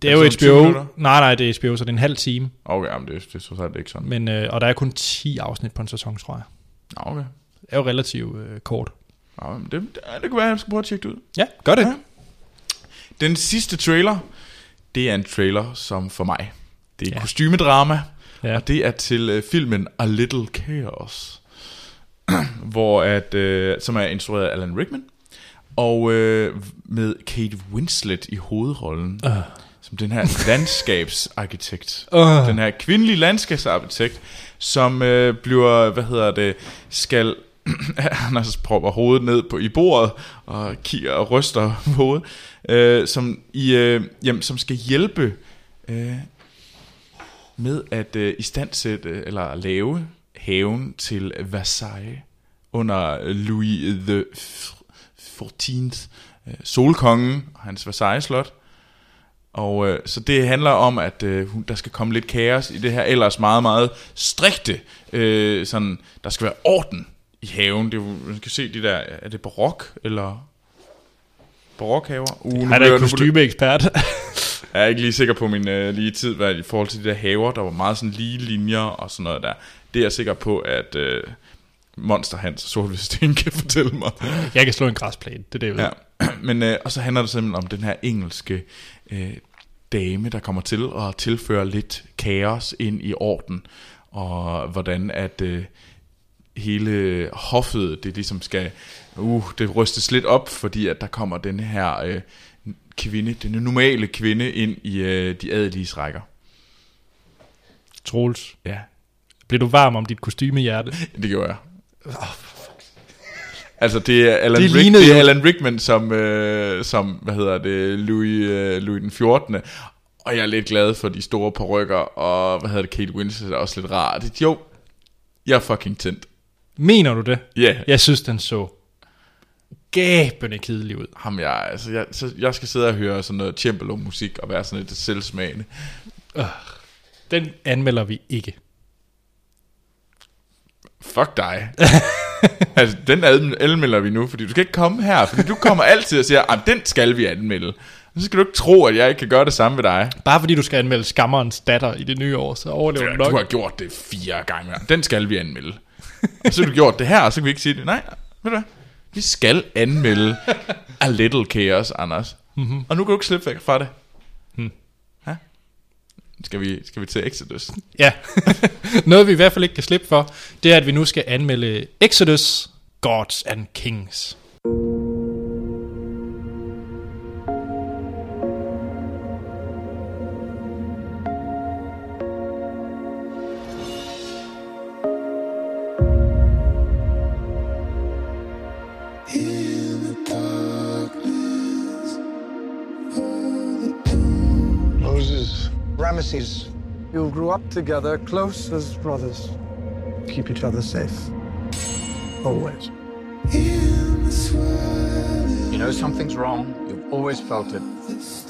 Speaker 1: det er
Speaker 2: Er
Speaker 1: jo
Speaker 2: det sådan 20
Speaker 1: HBO.
Speaker 2: minutter?
Speaker 1: Nej, nej, det er HBO, så det er en halv time.
Speaker 2: Okay, jamen, det, det er så sagt ikke sådan.
Speaker 1: Men, øh, og der er kun 10 afsnit på en sæson, tror jeg.
Speaker 2: Nå, Okay.
Speaker 1: Det er jo relativt øh, kort.
Speaker 2: Nå, men det, det, det kunne være, at jeg skal prøve at tjekke det ud.
Speaker 1: Ja, gør det.
Speaker 2: Ja. Den sidste trailer, det er en trailer som for mig. Det er ja.
Speaker 1: Ja.
Speaker 2: kostymedrama,
Speaker 1: Ja.
Speaker 2: ja. og det er til øh, filmen A Little Chaos, hvor at, øh, som er instrueret af Alan Rickman, og øh, med Kate Winslet i hovedrollen, uh. som den her landskabsarkitekt.
Speaker 1: Uh.
Speaker 2: Den her kvindelige landskabsarkitekt, som øh, bliver, hvad hedder det, skal... Anders propper hovedet ned på i bordet og kigger og ryster på hovedet, øh, som, i, øh, jamen, som skal hjælpe øh, med at øh, istandsætte øh, eller lave øh, haven til Versailles under Louis the 14th, øh, Solkongen og hans Versailles-slot. Og øh, så det handler om, at øh, hun- der skal komme lidt kaos i det her ellers meget, meget strikte. Øh, sådan, der skal være orden i haven. Det, er jo- man kan se de der, er det barok eller barokhaver? Uh, nu
Speaker 1: Han
Speaker 2: blev
Speaker 1: er en
Speaker 2: jeg- nu blev-
Speaker 1: kostymeekspert.
Speaker 2: jeg er ikke lige sikker på min øh, lige tid hvad, i forhold til de der haver, der var meget sådan lige linjer og sådan noget der. Det er jeg sikker på, at øh, Monster Hans og Solvisten kan fortælle mig.
Speaker 1: jeg kan slå en græsplæne, det er det, jeg ved.
Speaker 2: Ja. Men, øh, og så handler det simpelthen om den her engelske øh, dame, der kommer til at tilføre lidt kaos ind i orden, og hvordan at øh, hele hoffet, det ligesom skal, uh, det rystes lidt op, fordi at der kommer den her øh, kvinde, den normale kvinde, ind i øh, de adeliges rækker.
Speaker 1: Troels,
Speaker 2: Ja,
Speaker 1: bliver du varm om dit kostymehjerte?
Speaker 2: det gjorde jeg. Oh, Altså det er Alan,
Speaker 1: Det
Speaker 2: det Rick,
Speaker 1: lignede
Speaker 2: det er
Speaker 1: jo-
Speaker 2: Alan Rickman som, øh, som hvad hedder det, Louis, øh, Louis den 14. Og jeg er lidt glad for de store parrykker, og hvad hedder det, Kate Winslet er også lidt rar. Det, jo, jeg er fucking tændt.
Speaker 1: Mener du det?
Speaker 2: Ja, yeah.
Speaker 1: Jeg synes, den så gabende kedelig ud.
Speaker 2: ham jeg, altså jeg, så jeg skal sidde og høre sådan noget cembalo-musik og være sådan lidt selvsmagende.
Speaker 1: Den anmelder vi ikke.
Speaker 2: Fuck dig. altså, den ad- anmelder vi nu, fordi du skal ikke komme her, fordi du kommer altid og siger, at den skal vi anmelde. Så skal du ikke tro, at jeg ikke kan gøre det samme ved dig.
Speaker 1: Bare fordi du skal anmelde skammerens datter i det nye år, så overlever
Speaker 2: Ja,
Speaker 1: du
Speaker 2: du
Speaker 1: nok.
Speaker 2: har gjort det fire gange. Den skal vi anmelde. Og så har du gjort det her, og så kan vi ikke sige det. Nej, ved du hvad? Vi skal anmelde A Little Chaos, Anders. Mm-hmm. Og nu kan du ikke slippe væk fra det. Hmm. Skal vi, skal vi til Exodus?
Speaker 1: Ja. Noget vi i hvert fald ikke kan slippe for, det er, at vi nu skal anmelde Exodus, Gods and Kings.
Speaker 3: Moses, Ramesses,
Speaker 4: You grew up together, close as brothers. Keep each other safe. Always.
Speaker 5: You know something's wrong. You've always felt it.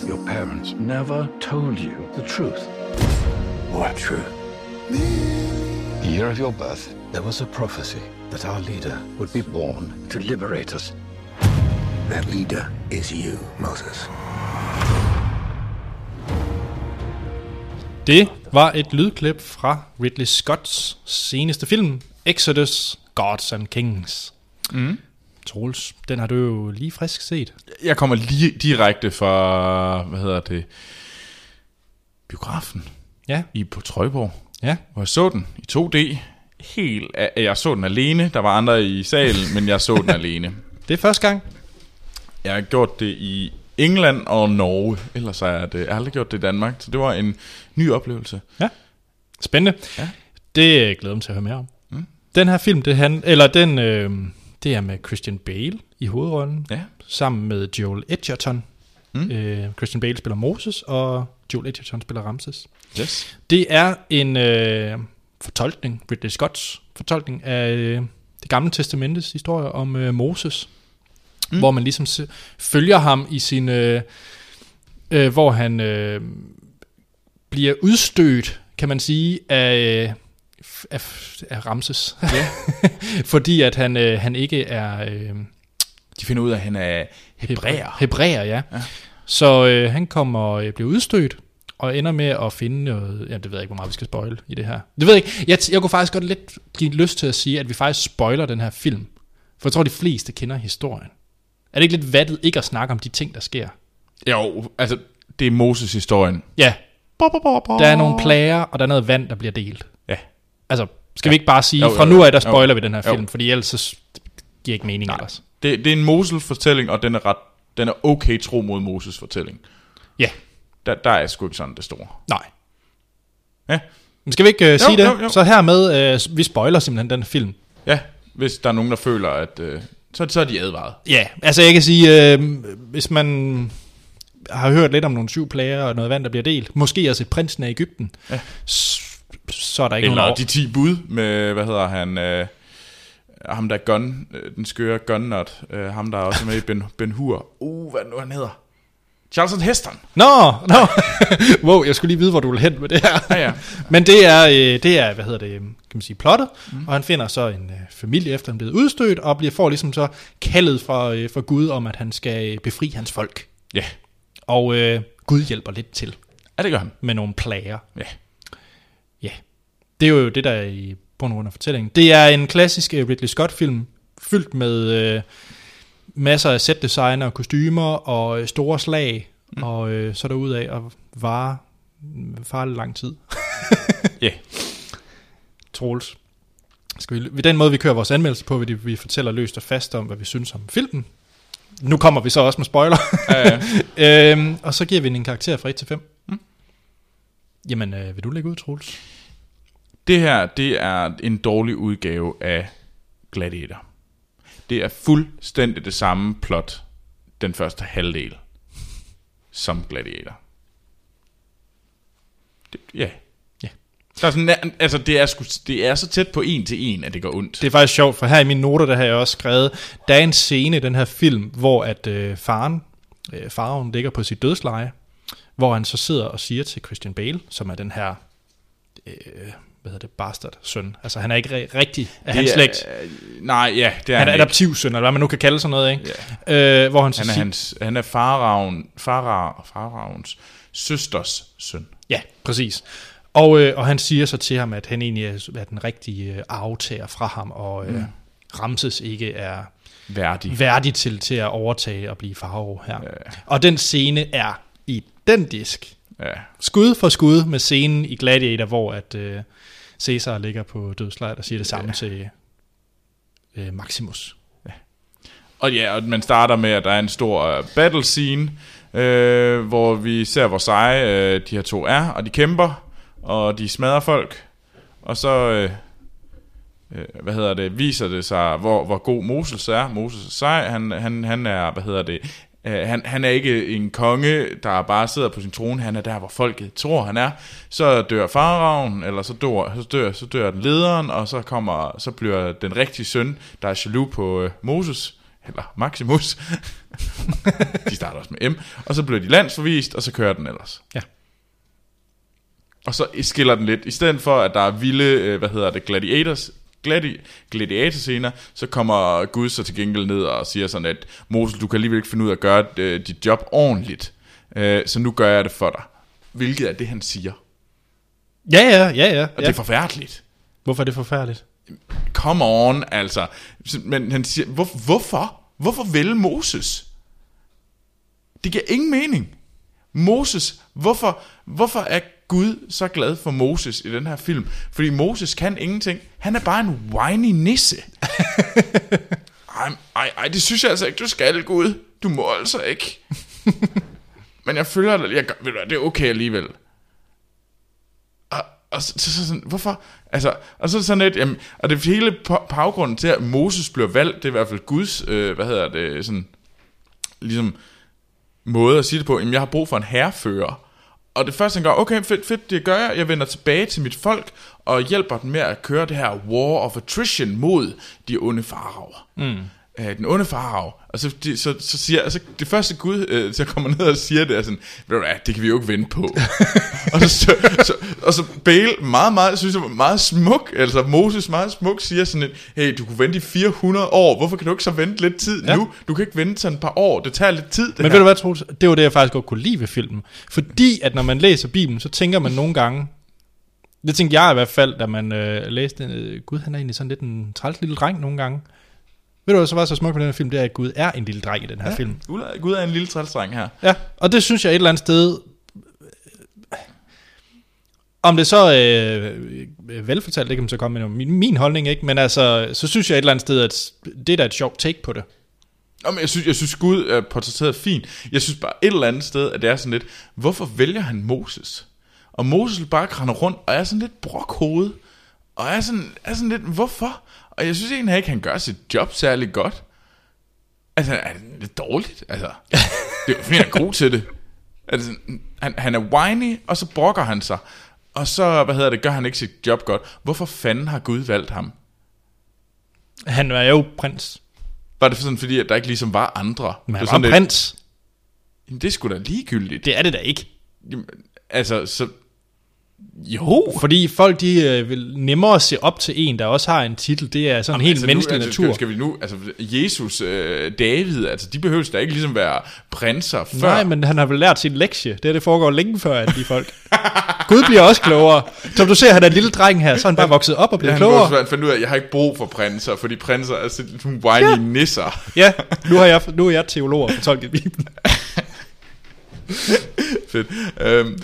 Speaker 5: Your parents never told you the truth.
Speaker 4: What truth?
Speaker 5: The year of your birth, there was a prophecy that our leader would be born to liberate us.
Speaker 4: That leader is you, Moses.
Speaker 1: Det var et lydklip fra Ridley Scotts seneste film, Exodus, Gods and Kings. Mm. Troels, den har du jo lige frisk set.
Speaker 2: Jeg kommer lige direkte fra, hvad hedder det, biografen
Speaker 1: Ja,
Speaker 2: i på Trøjborg.
Speaker 1: ja.
Speaker 2: hvor jeg så den i 2D. Helt, a- jeg så den alene. Der var andre i salen, men jeg så den alene.
Speaker 1: Det er første gang.
Speaker 2: Jeg har gjort det i England og Norge. Ellers har jeg, det, jeg har aldrig gjort det i Danmark. Så det var en ny oplevelse.
Speaker 1: Ja. Spændende.
Speaker 2: Ja.
Speaker 1: Ja. Det øh, glæder jeg mig til at høre mere om. Mm. Den her film, det, han, eller den, øh, det er med Christian Bale i hovedrollen,
Speaker 2: Ja.
Speaker 1: sammen med Joel Edgerton. Mm. Øh, Christian Bale spiller Moses, og Joel Edgerton spiller Ramses.
Speaker 2: Yes.
Speaker 1: Det er en øh, fortolkning, Ridley Scotts fortolkning af øh, det gamle testamentes historie om øh, Moses, mm. hvor man ligesom se, følger ham i sin, øh, øh, hvor han øh, bliver udstødt, kan man sige, af, øh, f- af, f- af Ramses,
Speaker 2: Ja.
Speaker 1: fordi at han, øh, han ikke er øh,
Speaker 2: De finder ud af, at han er hebræer.
Speaker 1: Hebræer, ja. ja. Så øh, han kommer øh, bliver udstødt og ender med at finde noget... Ja, det ved jeg ikke, hvor meget vi skal spoil i det her. Det ved jeg ikke. Jeg, jeg kunne faktisk godt lidt give lyst til at sige, at vi faktisk spoiler den her film. For jeg tror, de fleste kender historien. Er det ikke lidt vattet ikke at snakke om de ting, der sker?
Speaker 2: Jo, altså, det er Moses-historien.
Speaker 1: Ja,
Speaker 2: Bo, bo, bo, bo.
Speaker 1: der er nogle plager, og der er noget vand, der bliver delt.
Speaker 2: Ja.
Speaker 1: Altså, skal ja. vi ikke bare sige,
Speaker 2: Jo,
Speaker 1: jo,
Speaker 2: jo,
Speaker 1: fra
Speaker 2: jo.
Speaker 1: nu af, der
Speaker 2: Jo.
Speaker 1: spoiler jo. vi den her
Speaker 2: Jo.
Speaker 1: film, fordi ellers så s- det giver ikke mening Nej. ellers.
Speaker 2: Det, det er en Moses-fortælling, og den er ret den er okay tro mod Moses-fortælling.
Speaker 1: Ja,
Speaker 2: Der, der er sgu ikke sådan det store.
Speaker 1: nej.
Speaker 2: Ja,
Speaker 1: Men skal vi ikke uh, sige det?
Speaker 2: jo, jo.
Speaker 1: Så hermed, uh, vi spoiler simpelthen den film.
Speaker 2: ja hvis der er nogen, der føler, at... Øh, så, så er de advaret.
Speaker 1: Ja, altså jeg kan sige, øh, hvis man har hørt lidt om nogle syv plager og noget vand, der bliver delt, måske også et prinsen af Ægypten, ja. så, så er der ikke
Speaker 2: Eller
Speaker 1: nogen
Speaker 2: de 10 bud med, hvad hedder han... Øh, ham der Gun, øh, den skøre Gunnut, øh, ham der også er med i Ben, ben Hur. Uh, hvad er det nu han hedder? Charlton Heston.
Speaker 1: Nå, nå. wow, jeg skulle lige vide, hvor du ville hen med det her.
Speaker 2: Ja, ja.
Speaker 1: Men det er, øh, det er hvad hedder det, øh, kan man sige, plottet, mm. og han finder så en øh, familie, efter han er blevet udstødt, og bliver, får ligesom så kaldet fra, øh, fra Gud om, at han skal øh, befri hans folk.
Speaker 2: Ja,
Speaker 1: Og øh, Gud hjælper lidt til
Speaker 2: ja det gør han.
Speaker 1: med nogle plager.
Speaker 2: Ja.
Speaker 1: Ja, det er jo det, der er i bund og grund af fortællingen. Det er en klassisk øh, Ridley Scott-film, fyldt med øh, masser af setdesign og kostymer og øh, store slag, mm. og øh, så derudad og vare mm, farlig lang tid.
Speaker 2: Ja.
Speaker 1: Troels. Skal vi, ved den måde, vi kører vores anmeldelse på, vi, vi fortæller løst og fast om, hvad vi synes om filmen. Nu kommer vi så også med spoiler.
Speaker 2: ja, ja.
Speaker 1: øhm, og så giver vi den en karakter fra 1 til 5. Mm. Jamen, øh, vil du lægge ud, Troels?
Speaker 2: Det her, det er en dårlig udgave af Gladiator. Det er fuldstændig det samme plot, den første halvdel, som Gladiator. Det, ja.
Speaker 1: Ja.
Speaker 2: Der er sådan, nær- altså, det er, sgu, det er så tæt på en til en, at det går ondt.
Speaker 1: Det er faktisk sjovt, for her i mine noter, der har jeg også skrevet, der er en scene i den her film, hvor at øh, faren, øh, farven ligger på sit dødsleje, hvor han så sidder og siger til Christian Bale, som er den her, øh, hvad hedder det, bastard søn. Altså han er ikke re- rigtig af hans
Speaker 2: er-
Speaker 1: slægt.
Speaker 2: Nej, ja, det
Speaker 1: Han
Speaker 2: er han,
Speaker 1: er
Speaker 2: ikke.
Speaker 1: adoptivsøn, eller hvad man nu kan kalde sådan noget, ikke? Yeah. Øh, hvor han så
Speaker 2: Han er,
Speaker 1: siger,
Speaker 2: hans, han er faraven, fara, faraons søsters søn.
Speaker 1: Ja, præcis. Og, øh, og han siger så til ham, at han egentlig er, er den rigtige øh, arvtager fra ham, og øh, mm. Ramses ikke er
Speaker 2: Værdig.
Speaker 1: værdig til, til at overtage og blive farve her. Ja. Og den scene er identisk.
Speaker 2: Ja.
Speaker 1: Skud for skud med scenen i Gladiator, hvor at øh, Caesar ligger på dødslejret og siger det samme ja. til øh, Maximus.
Speaker 2: Og ja, og man starter med, at der er en stor øh, battle scene, øh, hvor vi ser, hvor seje øh, de her to er, og de kæmper, og de smadrer folk. Og så, øh, øh, hvad hedder det, viser det sig, hvor, hvor god Moses er. Moses er sej, han, han, han er, hvad hedder det, øh, han, han er ikke en konge, der bare sidder på sin trone, han er der, hvor folket tror, han er. Så dør faraven, eller så dør, så dør, så dør lederen, og så, kommer, så bliver den rigtige søn, der er jaloux på øh, Moses, eller Maximus. de starter også med M. Og så bliver de landsforvist, og så kører den ellers.
Speaker 1: Ja.
Speaker 2: Og så skiller den lidt. I stedet for, at der er vilde, øh, hvad hedder det, gladiators, gladi, gladiatorscener, så kommer Gud så til gengæld ned og siger sådan, at Moses, du kan alligevel ikke finde ud af at gøre øh, dit job ordentligt, øh, så nu gør jeg det for dig. Hvilket er det, han siger.
Speaker 1: Ja, ja, ja, ja.
Speaker 2: Og
Speaker 1: ja.
Speaker 2: det er forfærdeligt.
Speaker 1: Hvorfor er det forfærdeligt?
Speaker 2: Come on, altså. Men han siger, hvor, hvorfor? Hvorfor vælge Moses? Det giver ingen mening. Moses, hvorfor, hvorfor er Gud så glad for Moses i den her film? Fordi Moses kan ingenting. Han er bare en whiny nisse. Ej, ej, ej, det synes jeg altså ikke, du skal, Gud. Du må altså ikke. Men jeg føler, at jeg, gør- ved du hvad, det er okay alligevel. Og, og så, så, så sådan, hvorfor? Altså, og så sådan lidt, jamen, og det hele på- baggrunden til, at Moses bliver valgt, det er i hvert fald Guds, øh, hvad hedder det, sådan, ligesom, måde at sige det på, jamen, jeg har brug for en herrefører. Og det første, han gør, okay, fedt, fedt, det gør jeg, jeg vender tilbage til mit folk, og hjælper dem med at køre det her war of attrition mod de onde faraver. Mm. Øh, den onde farhav. Og så, de, så, så siger altså, det første Gud, øh, så kommer ned og siger det, er sådan, ved du hvad, det kan vi jo ikke vente på. og, så, så, så, og så Bale, meget, meget, synes jeg, var meget smuk, altså Moses meget smuk, siger sådan, en, hey, du kunne vente i 400 år, hvorfor kan du ikke så vente lidt tid ja. nu? Du kan ikke vente sådan et par år, det tager lidt tid, det
Speaker 1: Men
Speaker 2: her.
Speaker 1: ved du hvad, Troels? Det var det, jeg faktisk godt kunne lide ved filmen. Fordi at når man læser Bibelen, så tænker man nogle gange, det tænkte jeg i hvert fald, da man øh, læste, øh, Gud han er egentlig sådan lidt en træls lille dreng nogle gange. Ved du hvad, så var så smukt på den her film, det er, at Gud er en lille dreng i den her ja. film.
Speaker 2: Gud er- Gud er en lille trælsdreng her.
Speaker 1: Ja, og det synes jeg et eller andet sted... øh, Om det så øh, øh, velfortalt, det kan man så komme med nu. min, min holdning, ikke? Men altså, så synes jeg et eller andet sted, at det er da et sjovt take på det.
Speaker 2: Nå, men jeg synes, jeg synes Gud er portrætteret fint. Jeg synes bare et eller andet sted, at det er sådan lidt, hvorfor vælger han Moses? Og Moses bare kraner rundt og er sådan lidt brokhoved. Og er sådan, er sådan lidt, hvorfor? Og jeg synes egentlig ikke, han gør sit job særlig godt. Altså, er det lidt dårligt? Altså, det er jo fordi, han er god til det. Altså, han, han er whiny, og så brokker han sig. Og så, hvad hedder det, gør han ikke sit job godt. Hvorfor fanden har Gud valgt ham?
Speaker 1: Han er jo prins.
Speaker 2: Var det sådan, fordi at der ikke ligesom var andre?
Speaker 1: Men han
Speaker 2: det
Speaker 1: var
Speaker 2: sådan, lidt-
Speaker 1: prins.
Speaker 2: Jamen, det er sgu da ligegyldigt.
Speaker 1: Det er det da ikke.
Speaker 2: Jamen, altså, så...
Speaker 1: Jo. Fordi folk, de øh, vil nemmere se op til en, der også har en titel. Det er sådan en helt
Speaker 2: altså,
Speaker 1: menneskelig
Speaker 2: nu, altså,
Speaker 1: natur.
Speaker 2: Skal, skal vi nu... Altså, Jesus, øh, David, altså, de behøves da ikke ligesom være prinser før.
Speaker 1: Nej, men han har vel lært sin lektie. Det her, det foregår længe før, at de folk... Gud bliver også klogere. Som du ser, han er en lille dreng her, så er han bare vokset op og
Speaker 2: Ja,
Speaker 1: blevet
Speaker 2: han
Speaker 1: klogere.
Speaker 2: klogere. Han fandt ud af, at jeg har ikke brug for prinser, fordi prinser er sådan nogle whiny ja. nisser.
Speaker 1: Ja, nu, har jeg, nu er jeg teolog og fortolket Bibelen.
Speaker 2: Fedt. Øhm,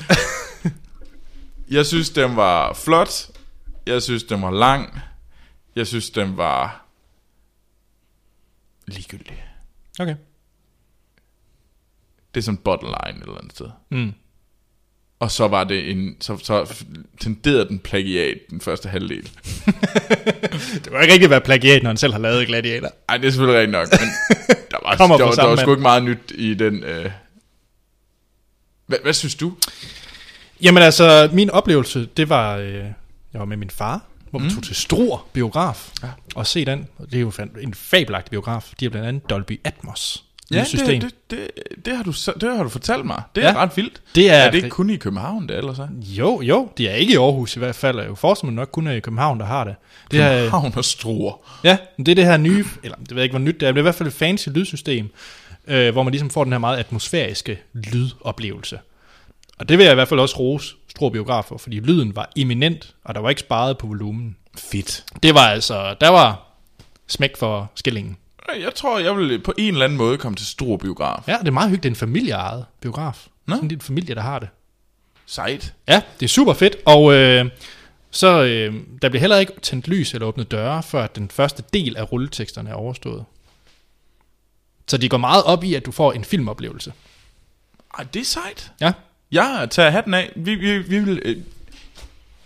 Speaker 2: jeg synes, den var flot. Jeg synes, den var lang. Jeg synes, den var ligegyldig.
Speaker 1: Okay.
Speaker 2: Det er sådan bottomline et eller andet sted.
Speaker 1: Mm.
Speaker 2: Og så var det en, så, så tenderede den plagiat den første halvdel.
Speaker 1: Det var ikke rigtig være plagiat, når han selv har lavet Gladiator.
Speaker 2: Ej, det er selvfølgelig rigtigt nok, men der var,
Speaker 1: Kommer fra
Speaker 2: der, var, der
Speaker 1: samme
Speaker 2: var sgu
Speaker 1: mand.
Speaker 2: ikke meget nyt i den... Øh... Hvad, hvad synes du?
Speaker 1: Jamen altså, min oplevelse, det var, øh, jeg var med min far, hvor vi mm. tog til Struer Biograf ja. og se den. Det er jo fan- en fabelagtig biograf. De har blandt andet Dolby Atmos. lydsystem.
Speaker 2: det, det, det, det, har du, så- det har du fortalt mig. Det er
Speaker 1: Ja.
Speaker 2: ja. ret vildt.
Speaker 1: Det er-
Speaker 2: er det ikke kun i København, det er, eller så?
Speaker 1: Jo, jo, de er ikke i Aarhus i hvert fald. og Jeg forestiller mig nok kun er i København, der har det. det her,
Speaker 2: København og Struer.
Speaker 1: ja, men det er det her nye, eller det ved jeg ikke, hvor nyt det er, men det er i hvert fald et fancy lydsystem, øh, hvor man ligesom får den her meget atmosfæriske lydoplevelse. Og det vil jeg i hvert fald også rose Struer Biografer, fordi lyden var eminent, og der var ikke sparet på volumen.
Speaker 2: Fedt.
Speaker 1: Det var altså, der var smæk for skillingen.
Speaker 2: Jeg tror, jeg vil på en eller anden måde komme til Struer biograf.
Speaker 1: Ja, det er meget hyggeligt. Det er en familieejet biograf.
Speaker 2: Nå.
Speaker 1: Sådan det er en familie, der har det.
Speaker 2: Sejt.
Speaker 1: Ja, det er super fedt. Og øh, så øh, der bliver heller ikke tændt lys eller åbnet døre, før den første del af rulleteksterne er overstået. Så de går meget op i, at du får en filmoplevelse.
Speaker 2: Ej, det er sejt.
Speaker 1: Ja,
Speaker 2: Jeg tager hatten af. Vi, vi, vi vil... Øh...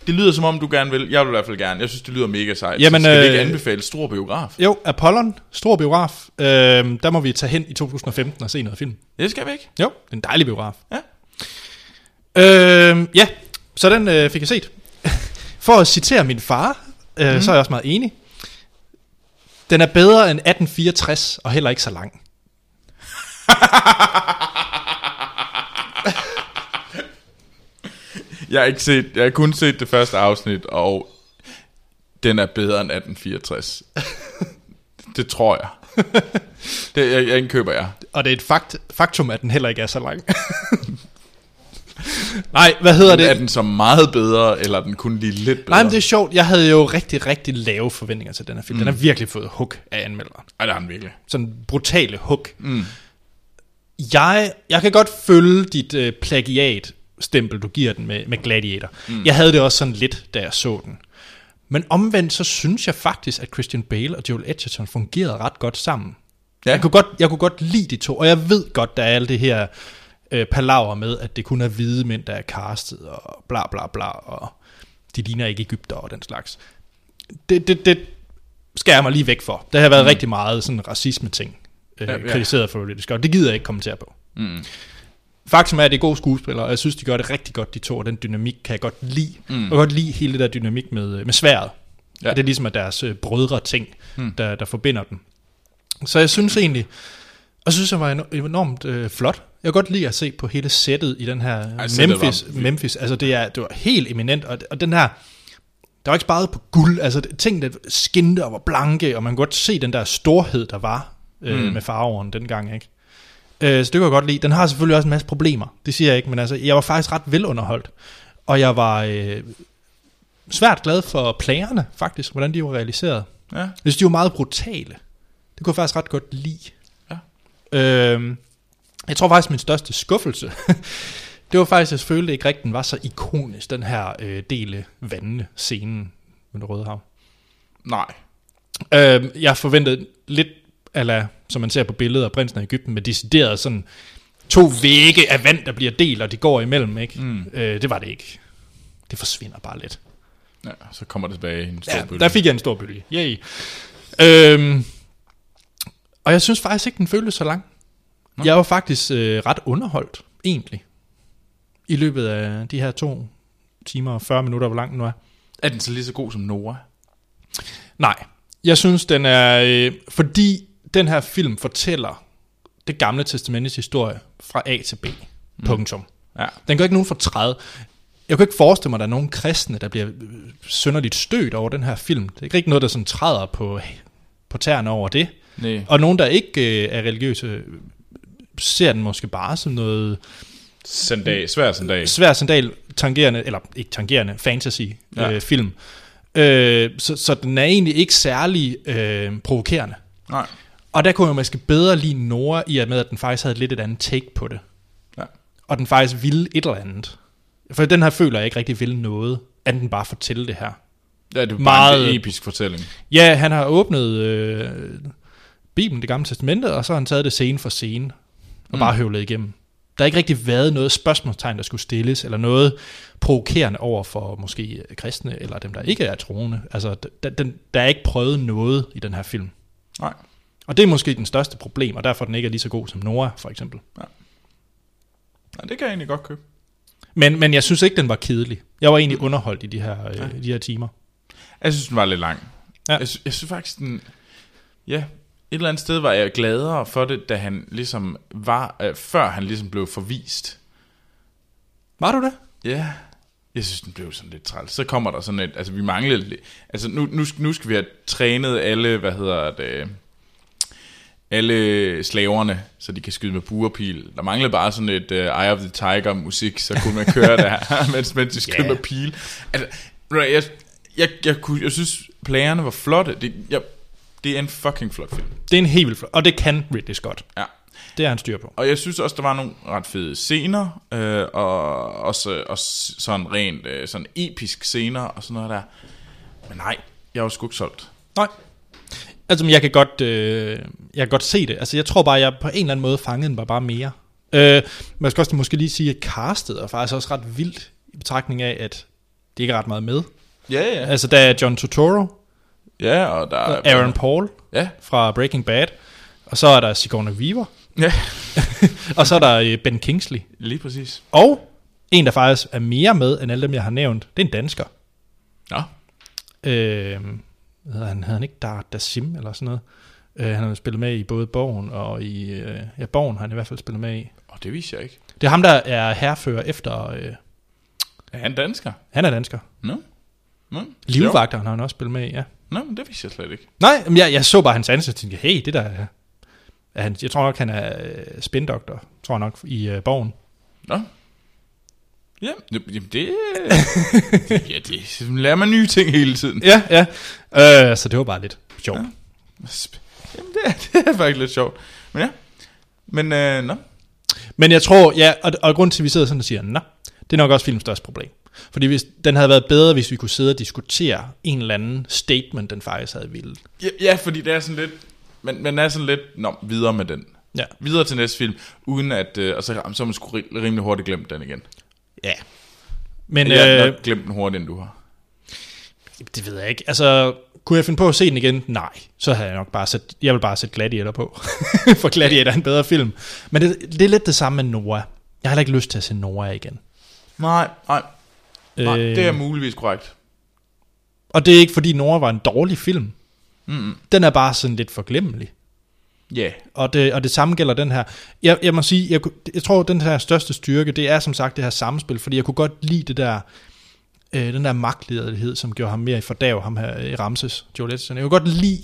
Speaker 2: Det lyder som om, du gerne vil. Jeg vil i hvert fald gerne. Jeg synes, det lyder mega sejt.
Speaker 1: Jamen,
Speaker 2: så skal vi ikke
Speaker 1: øh,
Speaker 2: anbefale Struer biograf?
Speaker 1: jo, Apollon, stor biograf. Øh, der må vi tage hen i 2015 og se noget film.
Speaker 2: Det skal vi ikke.
Speaker 1: Jo, det er en dejlig biograf.
Speaker 2: Ja.
Speaker 1: Øh, ja, så den øh, fik jeg set. For at citere min far, øh, mm. så er jeg også meget enig. Den er bedre end 1864 og heller ikke så lang.
Speaker 2: Jeg har, ikke set, jeg har kun set det første afsnit, og den er bedre end 1864. det tror jeg. Det jeg, jeg indkøber jeg.
Speaker 1: Og det er et fakt, faktum, at den heller ikke er så lang. Nej, hvad hedder
Speaker 2: Er
Speaker 1: det?
Speaker 2: den så meget bedre, eller er den kun lige lidt bedre?
Speaker 1: Nej, men det er sjovt. Jeg havde jo rigtig, rigtig lave forventninger til den her film. Mm. Den har virkelig fået hook af anmelderen.
Speaker 2: Ej, det er den virkelig.
Speaker 1: sådan brutale hook. Mm. Jeg, jeg kan godt følge dit øh, plagiat-stempel, du giver den med, med Gladiator. Mm. Jeg havde det også sådan lidt, da jeg så den. Men omvendt, så synes jeg faktisk, at Christian Bale og Joel Edgerton fungerede ret godt sammen. Ja.
Speaker 2: Ja.
Speaker 1: Jeg, kunne godt, jeg kunne godt lide de to, og jeg ved godt, der er alt det her øh, palaver med, at det kun er hvide mænd, der er castet, og bla bla bla, og de ligner ikke Ægypter og den slags. Det, det, det skærer jeg mig lige væk for. Der har været mm. rigtig meget sådan racisme-ting øh, ja,
Speaker 2: Ja,
Speaker 1: ja.
Speaker 2: ja.
Speaker 1: kritiseret for det, og det gider jeg ikke kommentere på. Mm. Faktum er, at det er gode skuespillere, og jeg synes, de gør det rigtig godt, de to, og den dynamik kan jeg godt lide. Mm. Jeg kan godt lide hele det der dynamik med, øh, med sværet. Ja.
Speaker 2: Ja.
Speaker 1: At det ligesom er deres øh, brødre-ting, mm. der, der forbinder dem. Så jeg synes egentlig, og jeg synes, han var en- enormt øh, flot. Jeg kan godt lide at se på hele sættet i den her
Speaker 2: Ej,
Speaker 1: Ej,
Speaker 2: sættet
Speaker 1: Memphis.
Speaker 2: var-
Speaker 1: Memphis. Altså, det, er, det var helt eminent, og, og den her... Der var ikke sparet på guld, altså det- ting, der skinte og var blanke, og man kunne godt se den der storhed, der var øh, mm. med farveren dengang, ikke? Øh, så det kan jeg godt lide. Den har selvfølgelig også en masse problemer, det siger jeg ikke, men altså, jeg var faktisk ret velunderholdt. Og jeg var øh, svært glad for plagerne, faktisk, hvordan de var realiseret.
Speaker 2: Ja.
Speaker 1: Jeg synes, de var meget brutale. Det kunne jeg faktisk ret godt lide.
Speaker 2: Ja.
Speaker 1: Øhm, jeg tror faktisk, min største skuffelse, det var faktisk, at jeg følte ikke rigtig, den var så ikonisk, den her øh, dele vandene scenen med det røde hav.
Speaker 2: Nej.
Speaker 1: Øhm, jeg forventede lidt, ala, som man ser på billeder af prinsen af Ægypten, med decideret sådan to vægge af vand, der bliver delt, og de går imellem, ikke? Mm. Øh, det var det ikke. Det forsvinder bare lidt.
Speaker 2: Ja, så kommer det tilbage i en stor
Speaker 1: Ja,
Speaker 2: bølge.
Speaker 1: der fik jeg en stor bølge. Yay. Øhm, og jeg synes faktisk ikke, den føltes så lang. Nå. Jeg var faktisk øh, ret underholdt, egentlig. I løbet af de her to timer og 40 minutter, hvor lang den nu er.
Speaker 2: Er den så lige så god som Nora?
Speaker 1: Nej. Jeg synes, den er... Øh, fordi den her film fortæller det gamle testamentes historie fra A til B. Punktum.
Speaker 2: Ja.
Speaker 1: Den gør ikke nogen for 30. Jeg kan ikke forestille mig, at der er nogen kristne, der bliver øh, synderligt stødt over den her film. Det er ikke noget, der sådan træder på, på tæerne over det.
Speaker 2: Nej.
Speaker 1: Og nogen, der ikke øh, er religiøse, øh, ser den måske bare som noget
Speaker 2: Sandag, svær sandag.
Speaker 1: svær sandal tangerende, eller ikke tangerende, fantasy-film.
Speaker 2: Ja.
Speaker 1: Øh, film. øh, så, så den er egentlig ikke særlig øh, provokerende.
Speaker 2: Nej.
Speaker 1: Og der kunne jeg måske bedre lide Nora, i og med, at den faktisk havde lidt et andet take på det.
Speaker 2: Ja.
Speaker 1: Og den faktisk ville et eller andet. For den her føler jeg ikke rigtig vil noget, anden bare fortælle det her.
Speaker 2: Ja, det er bare
Speaker 1: Meget-
Speaker 2: Meget... en episk fortælling.
Speaker 1: Ja, han har åbnet øh, Bibelen, det gamle testamente, og så har han taget det scene for scene, og mm. bare høvlet igennem. Der har ikke rigtig været noget spørgsmålstegn, der skulle stilles, eller noget provokerende over for måske øh, kristne, eller dem, der ikke er troende. Altså, der, den, der er ikke prøvet noget i den her film.
Speaker 2: Nej.
Speaker 1: Og det er måske den største problem, og derfor den ikke er lige så god som Nora, for eksempel.
Speaker 2: Nej, det kan jeg egentlig godt købe.
Speaker 1: Men, men jeg synes ikke, den var kedelig. Jeg var egentlig underholdt i de her, øh, de her timer.
Speaker 2: Jeg synes, den var lidt lang.
Speaker 1: Ja.
Speaker 2: Ja. Jeg, sy- jeg synes faktisk, den... Ja, et eller andet sted var jeg gladere for det, da han ligesom var... Øh, før han ligesom blev forvist.
Speaker 1: Var du det?
Speaker 2: Ja. Jeg synes, den blev sådan lidt træls. Så kommer der sådan et... Altså, vi manglede lidt... Altså, nu, nu, sk- nu skal vi have trænet alle, hvad hedder det... Alle slaverne, så de kan skyde med buerpil. Der manglede bare sådan et uh, Eye of the Tiger musik, så kunne man køre der, mens, mens de skød
Speaker 1: Ja.
Speaker 2: yeah. med pil. Altså, ved du hvad, jeg, jeg, jeg, kunne, jeg synes, plagerne var flotte. Det, jeg, det er en fucking flot film.
Speaker 1: Det er en helt vildt flot. Og det kan Ridley Scott.
Speaker 2: Ja.
Speaker 1: Det er han styr på.
Speaker 2: Og jeg synes også, der var nogle ret fede scener, øh, og også, øh, også sådan rent øh, sådan episk scener og sådan noget der. Men nej, jeg er jo sgu ikke solgt.
Speaker 1: Nej. Altså, men jeg kan godt, øh, jeg kan godt se det. Altså, jeg tror bare, jeg på en eller anden måde fangede den bare, bare mere. Øh, man skal også måske lige sige, at castet er faktisk også ret vildt i betragtning af, at det ikke er ret meget med.
Speaker 2: Ja, ja.
Speaker 1: Altså, der er John Turturro,
Speaker 2: Ja, og der er...
Speaker 1: Aaron Paul
Speaker 2: Ja,
Speaker 1: fra Breaking Bad, og så er der Sigourney Weaver,
Speaker 2: ja.
Speaker 1: og så er der øh, Ben Kingsley.
Speaker 2: lige præcis.
Speaker 1: Og en, der faktisk er mere med end alle dem, jeg har nævnt, det er en dansker.
Speaker 2: Nå.
Speaker 1: Øh, hvad hedder han hedder han ikke Dar Dasim eller sådan noget. Øh, han har jo spillet med i både Borgen og i... Øh, ja, Borgen har han i hvert fald spillet med i.
Speaker 2: Og det viser jeg ikke.
Speaker 1: Det er ham, der er herrefører efter... Øh,
Speaker 2: Er han dansker?
Speaker 1: han er dansker.
Speaker 2: Nå. Nå.
Speaker 1: Livvagteren har han også spillet med i, ja.
Speaker 2: Nå, men det viser jeg slet ikke.
Speaker 1: Nej, men jeg, jeg så bare hans ansigt og tænkte, hey, det der er... er han, jeg tror nok, han er øh, spindoktor, tror jeg nok, i øh, Borgen.
Speaker 2: Nå. Ja, jamen det... ja, det lærer man nye ting hele tiden.
Speaker 1: Ja, ja. Øh, så det var bare lidt sjovt. Ja.
Speaker 2: Sp- Jamen, det er, det er faktisk lidt sjovt. Men ja. Men øh, nå.
Speaker 1: Men jeg tror, ja, og, og grund til, at vi sidder sådan og siger, nej, det er nok også filmens største problem. Fordi hvis, den havde været bedre, hvis vi kunne sidde og diskutere en eller anden statement, den faktisk havde ville.
Speaker 2: Ja, ja, fordi det er sådan lidt... Man, man er sådan lidt... Nå, videre med den.
Speaker 1: Ja.
Speaker 2: Videre til næste film, uden at... Øh, og så, jamen, så har man sgu ri- rimelig hurtigt glemt den igen.
Speaker 1: Ja. Men
Speaker 2: Men, jeg har
Speaker 1: øh,
Speaker 2: nok glemt den hurtigere, end du har.
Speaker 1: det ved jeg ikke. Altså, kunne jeg finde på at se den igen? Nej. Så havde jeg nok bare sat, jeg vil bare sætte Gladiator på. For Gladiator er en bedre film. Men det, det er lidt det samme med Nora. Jeg har heller ikke lyst til at se Nora igen.
Speaker 2: Nej, nej, nej.
Speaker 1: Øh,
Speaker 2: Øh... Det er muligvis korrekt.
Speaker 1: Og det er ikke, fordi Nora var en dårlig film. Mm. Den er bare sådan lidt forglemmelig.
Speaker 2: Ja. Yeah.
Speaker 1: Og det, og det samme gælder den her. Jeg, jeg må sige, jeg, kunne- jeg tror, den her største styrke, det er som sagt det her samspil, fordi jeg kunne godt lide det der, øh, den der magtlederlighed, som gjorde ham mere i fordav, ham her i Ramses, Joel Edgerton. Jeg kunne godt lide,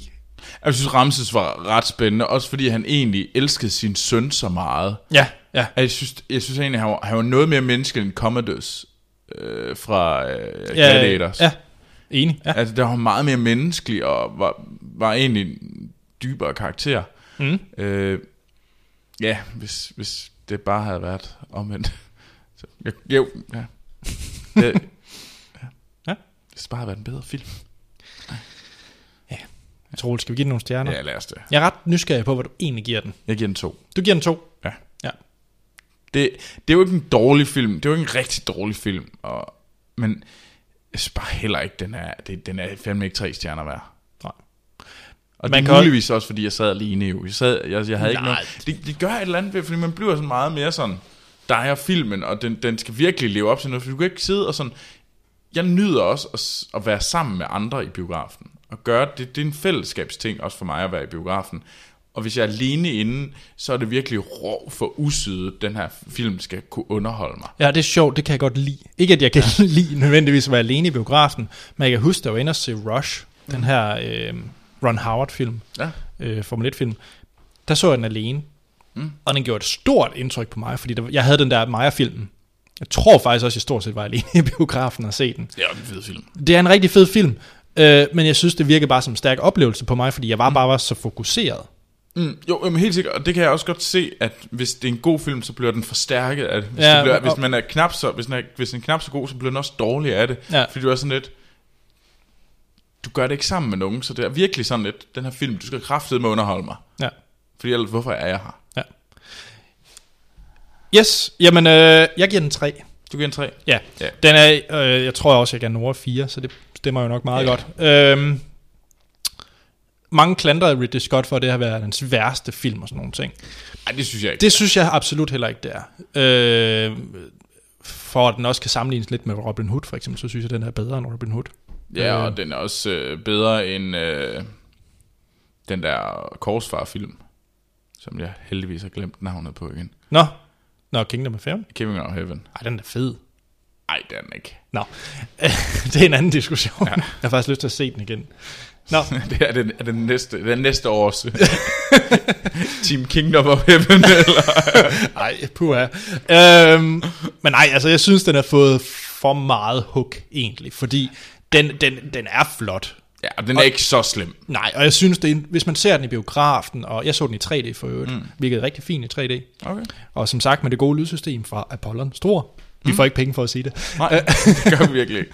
Speaker 2: Jeg synes, Ramses var ret spændende, også fordi han egentlig elskede sin søn så meget.
Speaker 1: ja, ja,
Speaker 2: At Jeg synes, jeg synes egentlig, han var, han var noget mere menneske end Commodus øh, fra øh,
Speaker 1: ja,
Speaker 2: Gladiators.
Speaker 1: ja, enig, ja.
Speaker 2: Altså, der var meget mere menneskelig og var, var egentlig en dybere karakter.
Speaker 1: Mm.
Speaker 2: Øh, ja, hvis, hvis det bare havde været omvendt. Så, jeg, jo, ja. Det,
Speaker 1: Ja.
Speaker 2: ja. Hvis det bare havde været en bedre film.
Speaker 1: Troel, skal vi give den nogle stjerner?
Speaker 2: Ja, lad os det.
Speaker 1: Jeg er ret nysgerrig på, hvad du egentlig giver den.
Speaker 2: Jeg giver den to.
Speaker 1: Du giver den to.
Speaker 2: Ja.
Speaker 1: Ja.
Speaker 2: Det, det er jo ikke en dårlig film. Det er jo ikke en rigtig dårlig film. Og, men jeg synes bare heller ikke, den er, det, den er fandme ikke tre stjerner værd.
Speaker 1: Nej.
Speaker 2: Og
Speaker 1: Man
Speaker 2: man det
Speaker 1: kan
Speaker 2: er muligvis også, fordi jeg sad alene jo. Jeg, sad, jeg, jeg havde ikke
Speaker 1: Nej.
Speaker 2: noget. Det, det gør et eller andet, ved, fordi man bliver sådan meget mere sådan, der er filmen, og den, den skal virkelig leve op til noget, for du kan ikke sidde og sådan, jeg nyder også at, s- at være sammen med andre i biografen. at gøre. Det, det er en fællesskabsting også for mig at være i biografen. Og hvis jeg er alene inde, så er det virkelig rå for usydet, den her film skal kunne underholde mig.
Speaker 1: Ja, det er sjovt, det kan jeg godt lide. Ikke at jeg kan ja. lide nødvendigvis at være alene i biografen, men jeg kan huske, der var inde og se Rush, mm. den her øh, Ron Howard-film,
Speaker 2: Ja.
Speaker 1: øh, Formel 1-film. Der så jeg den alene, mm. og den gjorde et stort indtryk på mig, fordi der, jeg havde den der Maja-filmen. Jeg tror faktisk også, jeg stort set var alene i biografen og se den.
Speaker 2: Det er jo en fed film.
Speaker 1: Det er en rigtig fed film, øh, men jeg synes, det virker bare som en stærk oplevelse på mig, fordi jeg var bare var så fokuseret.
Speaker 2: Mm, jo, jamen helt sikkert, og det kan jeg også godt se, at hvis det er en god film, så bliver den forstærket af det. Hvis,
Speaker 1: Ja,
Speaker 2: det bliver,
Speaker 1: og-
Speaker 2: hvis, man er knap så, hvis, den er, hvis den er knap så god, så bliver den også dårlig af det.
Speaker 1: Ja.
Speaker 2: Fordi du er sådan lidt, du gør det ikke sammen med nogen, så det er virkelig sådan lidt, den her film, du skal kraftedeme med underholde mig.
Speaker 1: Ja.
Speaker 2: Fordi ellers, hvorfor er jeg her?
Speaker 1: Yes, jamen øh, jeg giver den 3.
Speaker 2: Du giver en tre.
Speaker 1: Ja,
Speaker 2: Ja.
Speaker 1: ja. den er, øh, jeg tror også, jeg kan over 4, så det stemmer jo nok meget
Speaker 2: Ja.
Speaker 1: ja. godt. Øhm, mange klandrer Ridley Scott for, at det har været hans værste film og sådan nogle ting.
Speaker 2: Ej, det synes jeg ikke.
Speaker 1: Det synes jeg absolut heller ikke, det er. Øh, for at den også kan sammenlignes lidt med Robin Hood, for eksempel, så synes jeg, den er bedre end Robin Hood.
Speaker 2: ja,
Speaker 1: Øh.
Speaker 2: og den er også øh, bedre end øh, den der Korsfar-film, som jeg heldigvis har glemt navnet på igen.
Speaker 1: Nå, Nå Kingdom of Heaven?
Speaker 2: Kevin of Heaven.
Speaker 1: Ej, den er fed.
Speaker 2: Ej, det er den ikke.
Speaker 1: Nå, det er en anden diskussion. Ja. Jeg har faktisk lyst til at se den igen. Nå,
Speaker 2: Det er den, er den, næste, den næste års øh, Team Kingdom of Heaven. Eller?
Speaker 1: Nej, puha. Øhm, men nej, altså jeg synes, den har fået for meget hook egentlig, fordi den, den, den er flot.
Speaker 2: Ja, og den er ikke så slem.
Speaker 1: Nej, og jeg synes, det er, en- hvis man ser den i biografen, og jeg så den i 3D for øvrigt, mm. virkede rigtig fint i 3D.
Speaker 2: Okay.
Speaker 1: Og som sagt, med det gode lydsystem fra Apollon Stor, vi får ikke penge for at sige det,
Speaker 2: Nej, det gør vi virkelig ikke.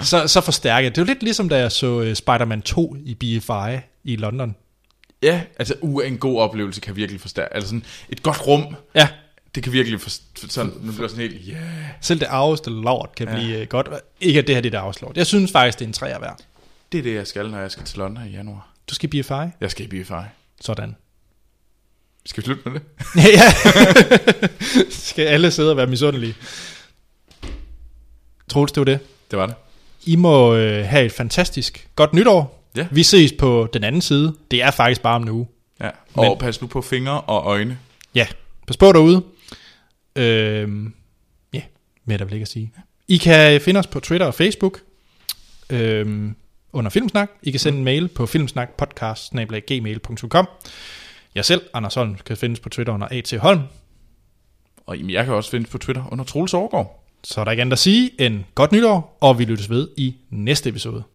Speaker 1: så, så forstærker jeg. Det er jo lidt ligesom, da jeg så øh, Spider-Man 2 i BFI i London.
Speaker 2: Ja, altså u en god oplevelse kan virkelig forstærke. Altså sådan et godt rum,
Speaker 1: Ja,
Speaker 2: det kan virkelig forstærke. Sådan, nu bliver sådan helt, ja. Yeah.
Speaker 1: selv det arveste lort kan ja. blive øh, godt. Ikke at det her det er det arveste lort. Jeg synes faktisk, det er en træer værd.
Speaker 2: Det er det, jeg skal, når jeg skal til London i januar.
Speaker 1: Du skal i BFI.
Speaker 2: Jeg skal i BFI.
Speaker 1: Sådan.
Speaker 2: Skal vi slutte med det?
Speaker 1: Ja, ja. Skal alle sidde og være misundelige? Troels, det var det.
Speaker 2: Det var det.
Speaker 1: I må øh, have et fantastisk godt nytår.
Speaker 2: Ja.
Speaker 1: Vi ses på den anden side. Det er faktisk bare om en uge.
Speaker 2: Ja. Og
Speaker 1: Men-
Speaker 2: pas nu på fingre og øjne.
Speaker 1: Ja, pas på derude. Øhm, ja, mere er der vel ikke at sige. I kan finde os på Twitter og Facebook øhm, under Filmsnak. I kan sende en mail på filmsnakpodcast.gmail.com Jeg selv, Anders Holm, kan findes på Twitter under A.T. Holm.
Speaker 2: Og jamen, jeg kan også findes på Twitter under Troels Overgaard.
Speaker 1: Så er der ikke andet at sige end godt nytår, og vi lyttes ved i næste episode.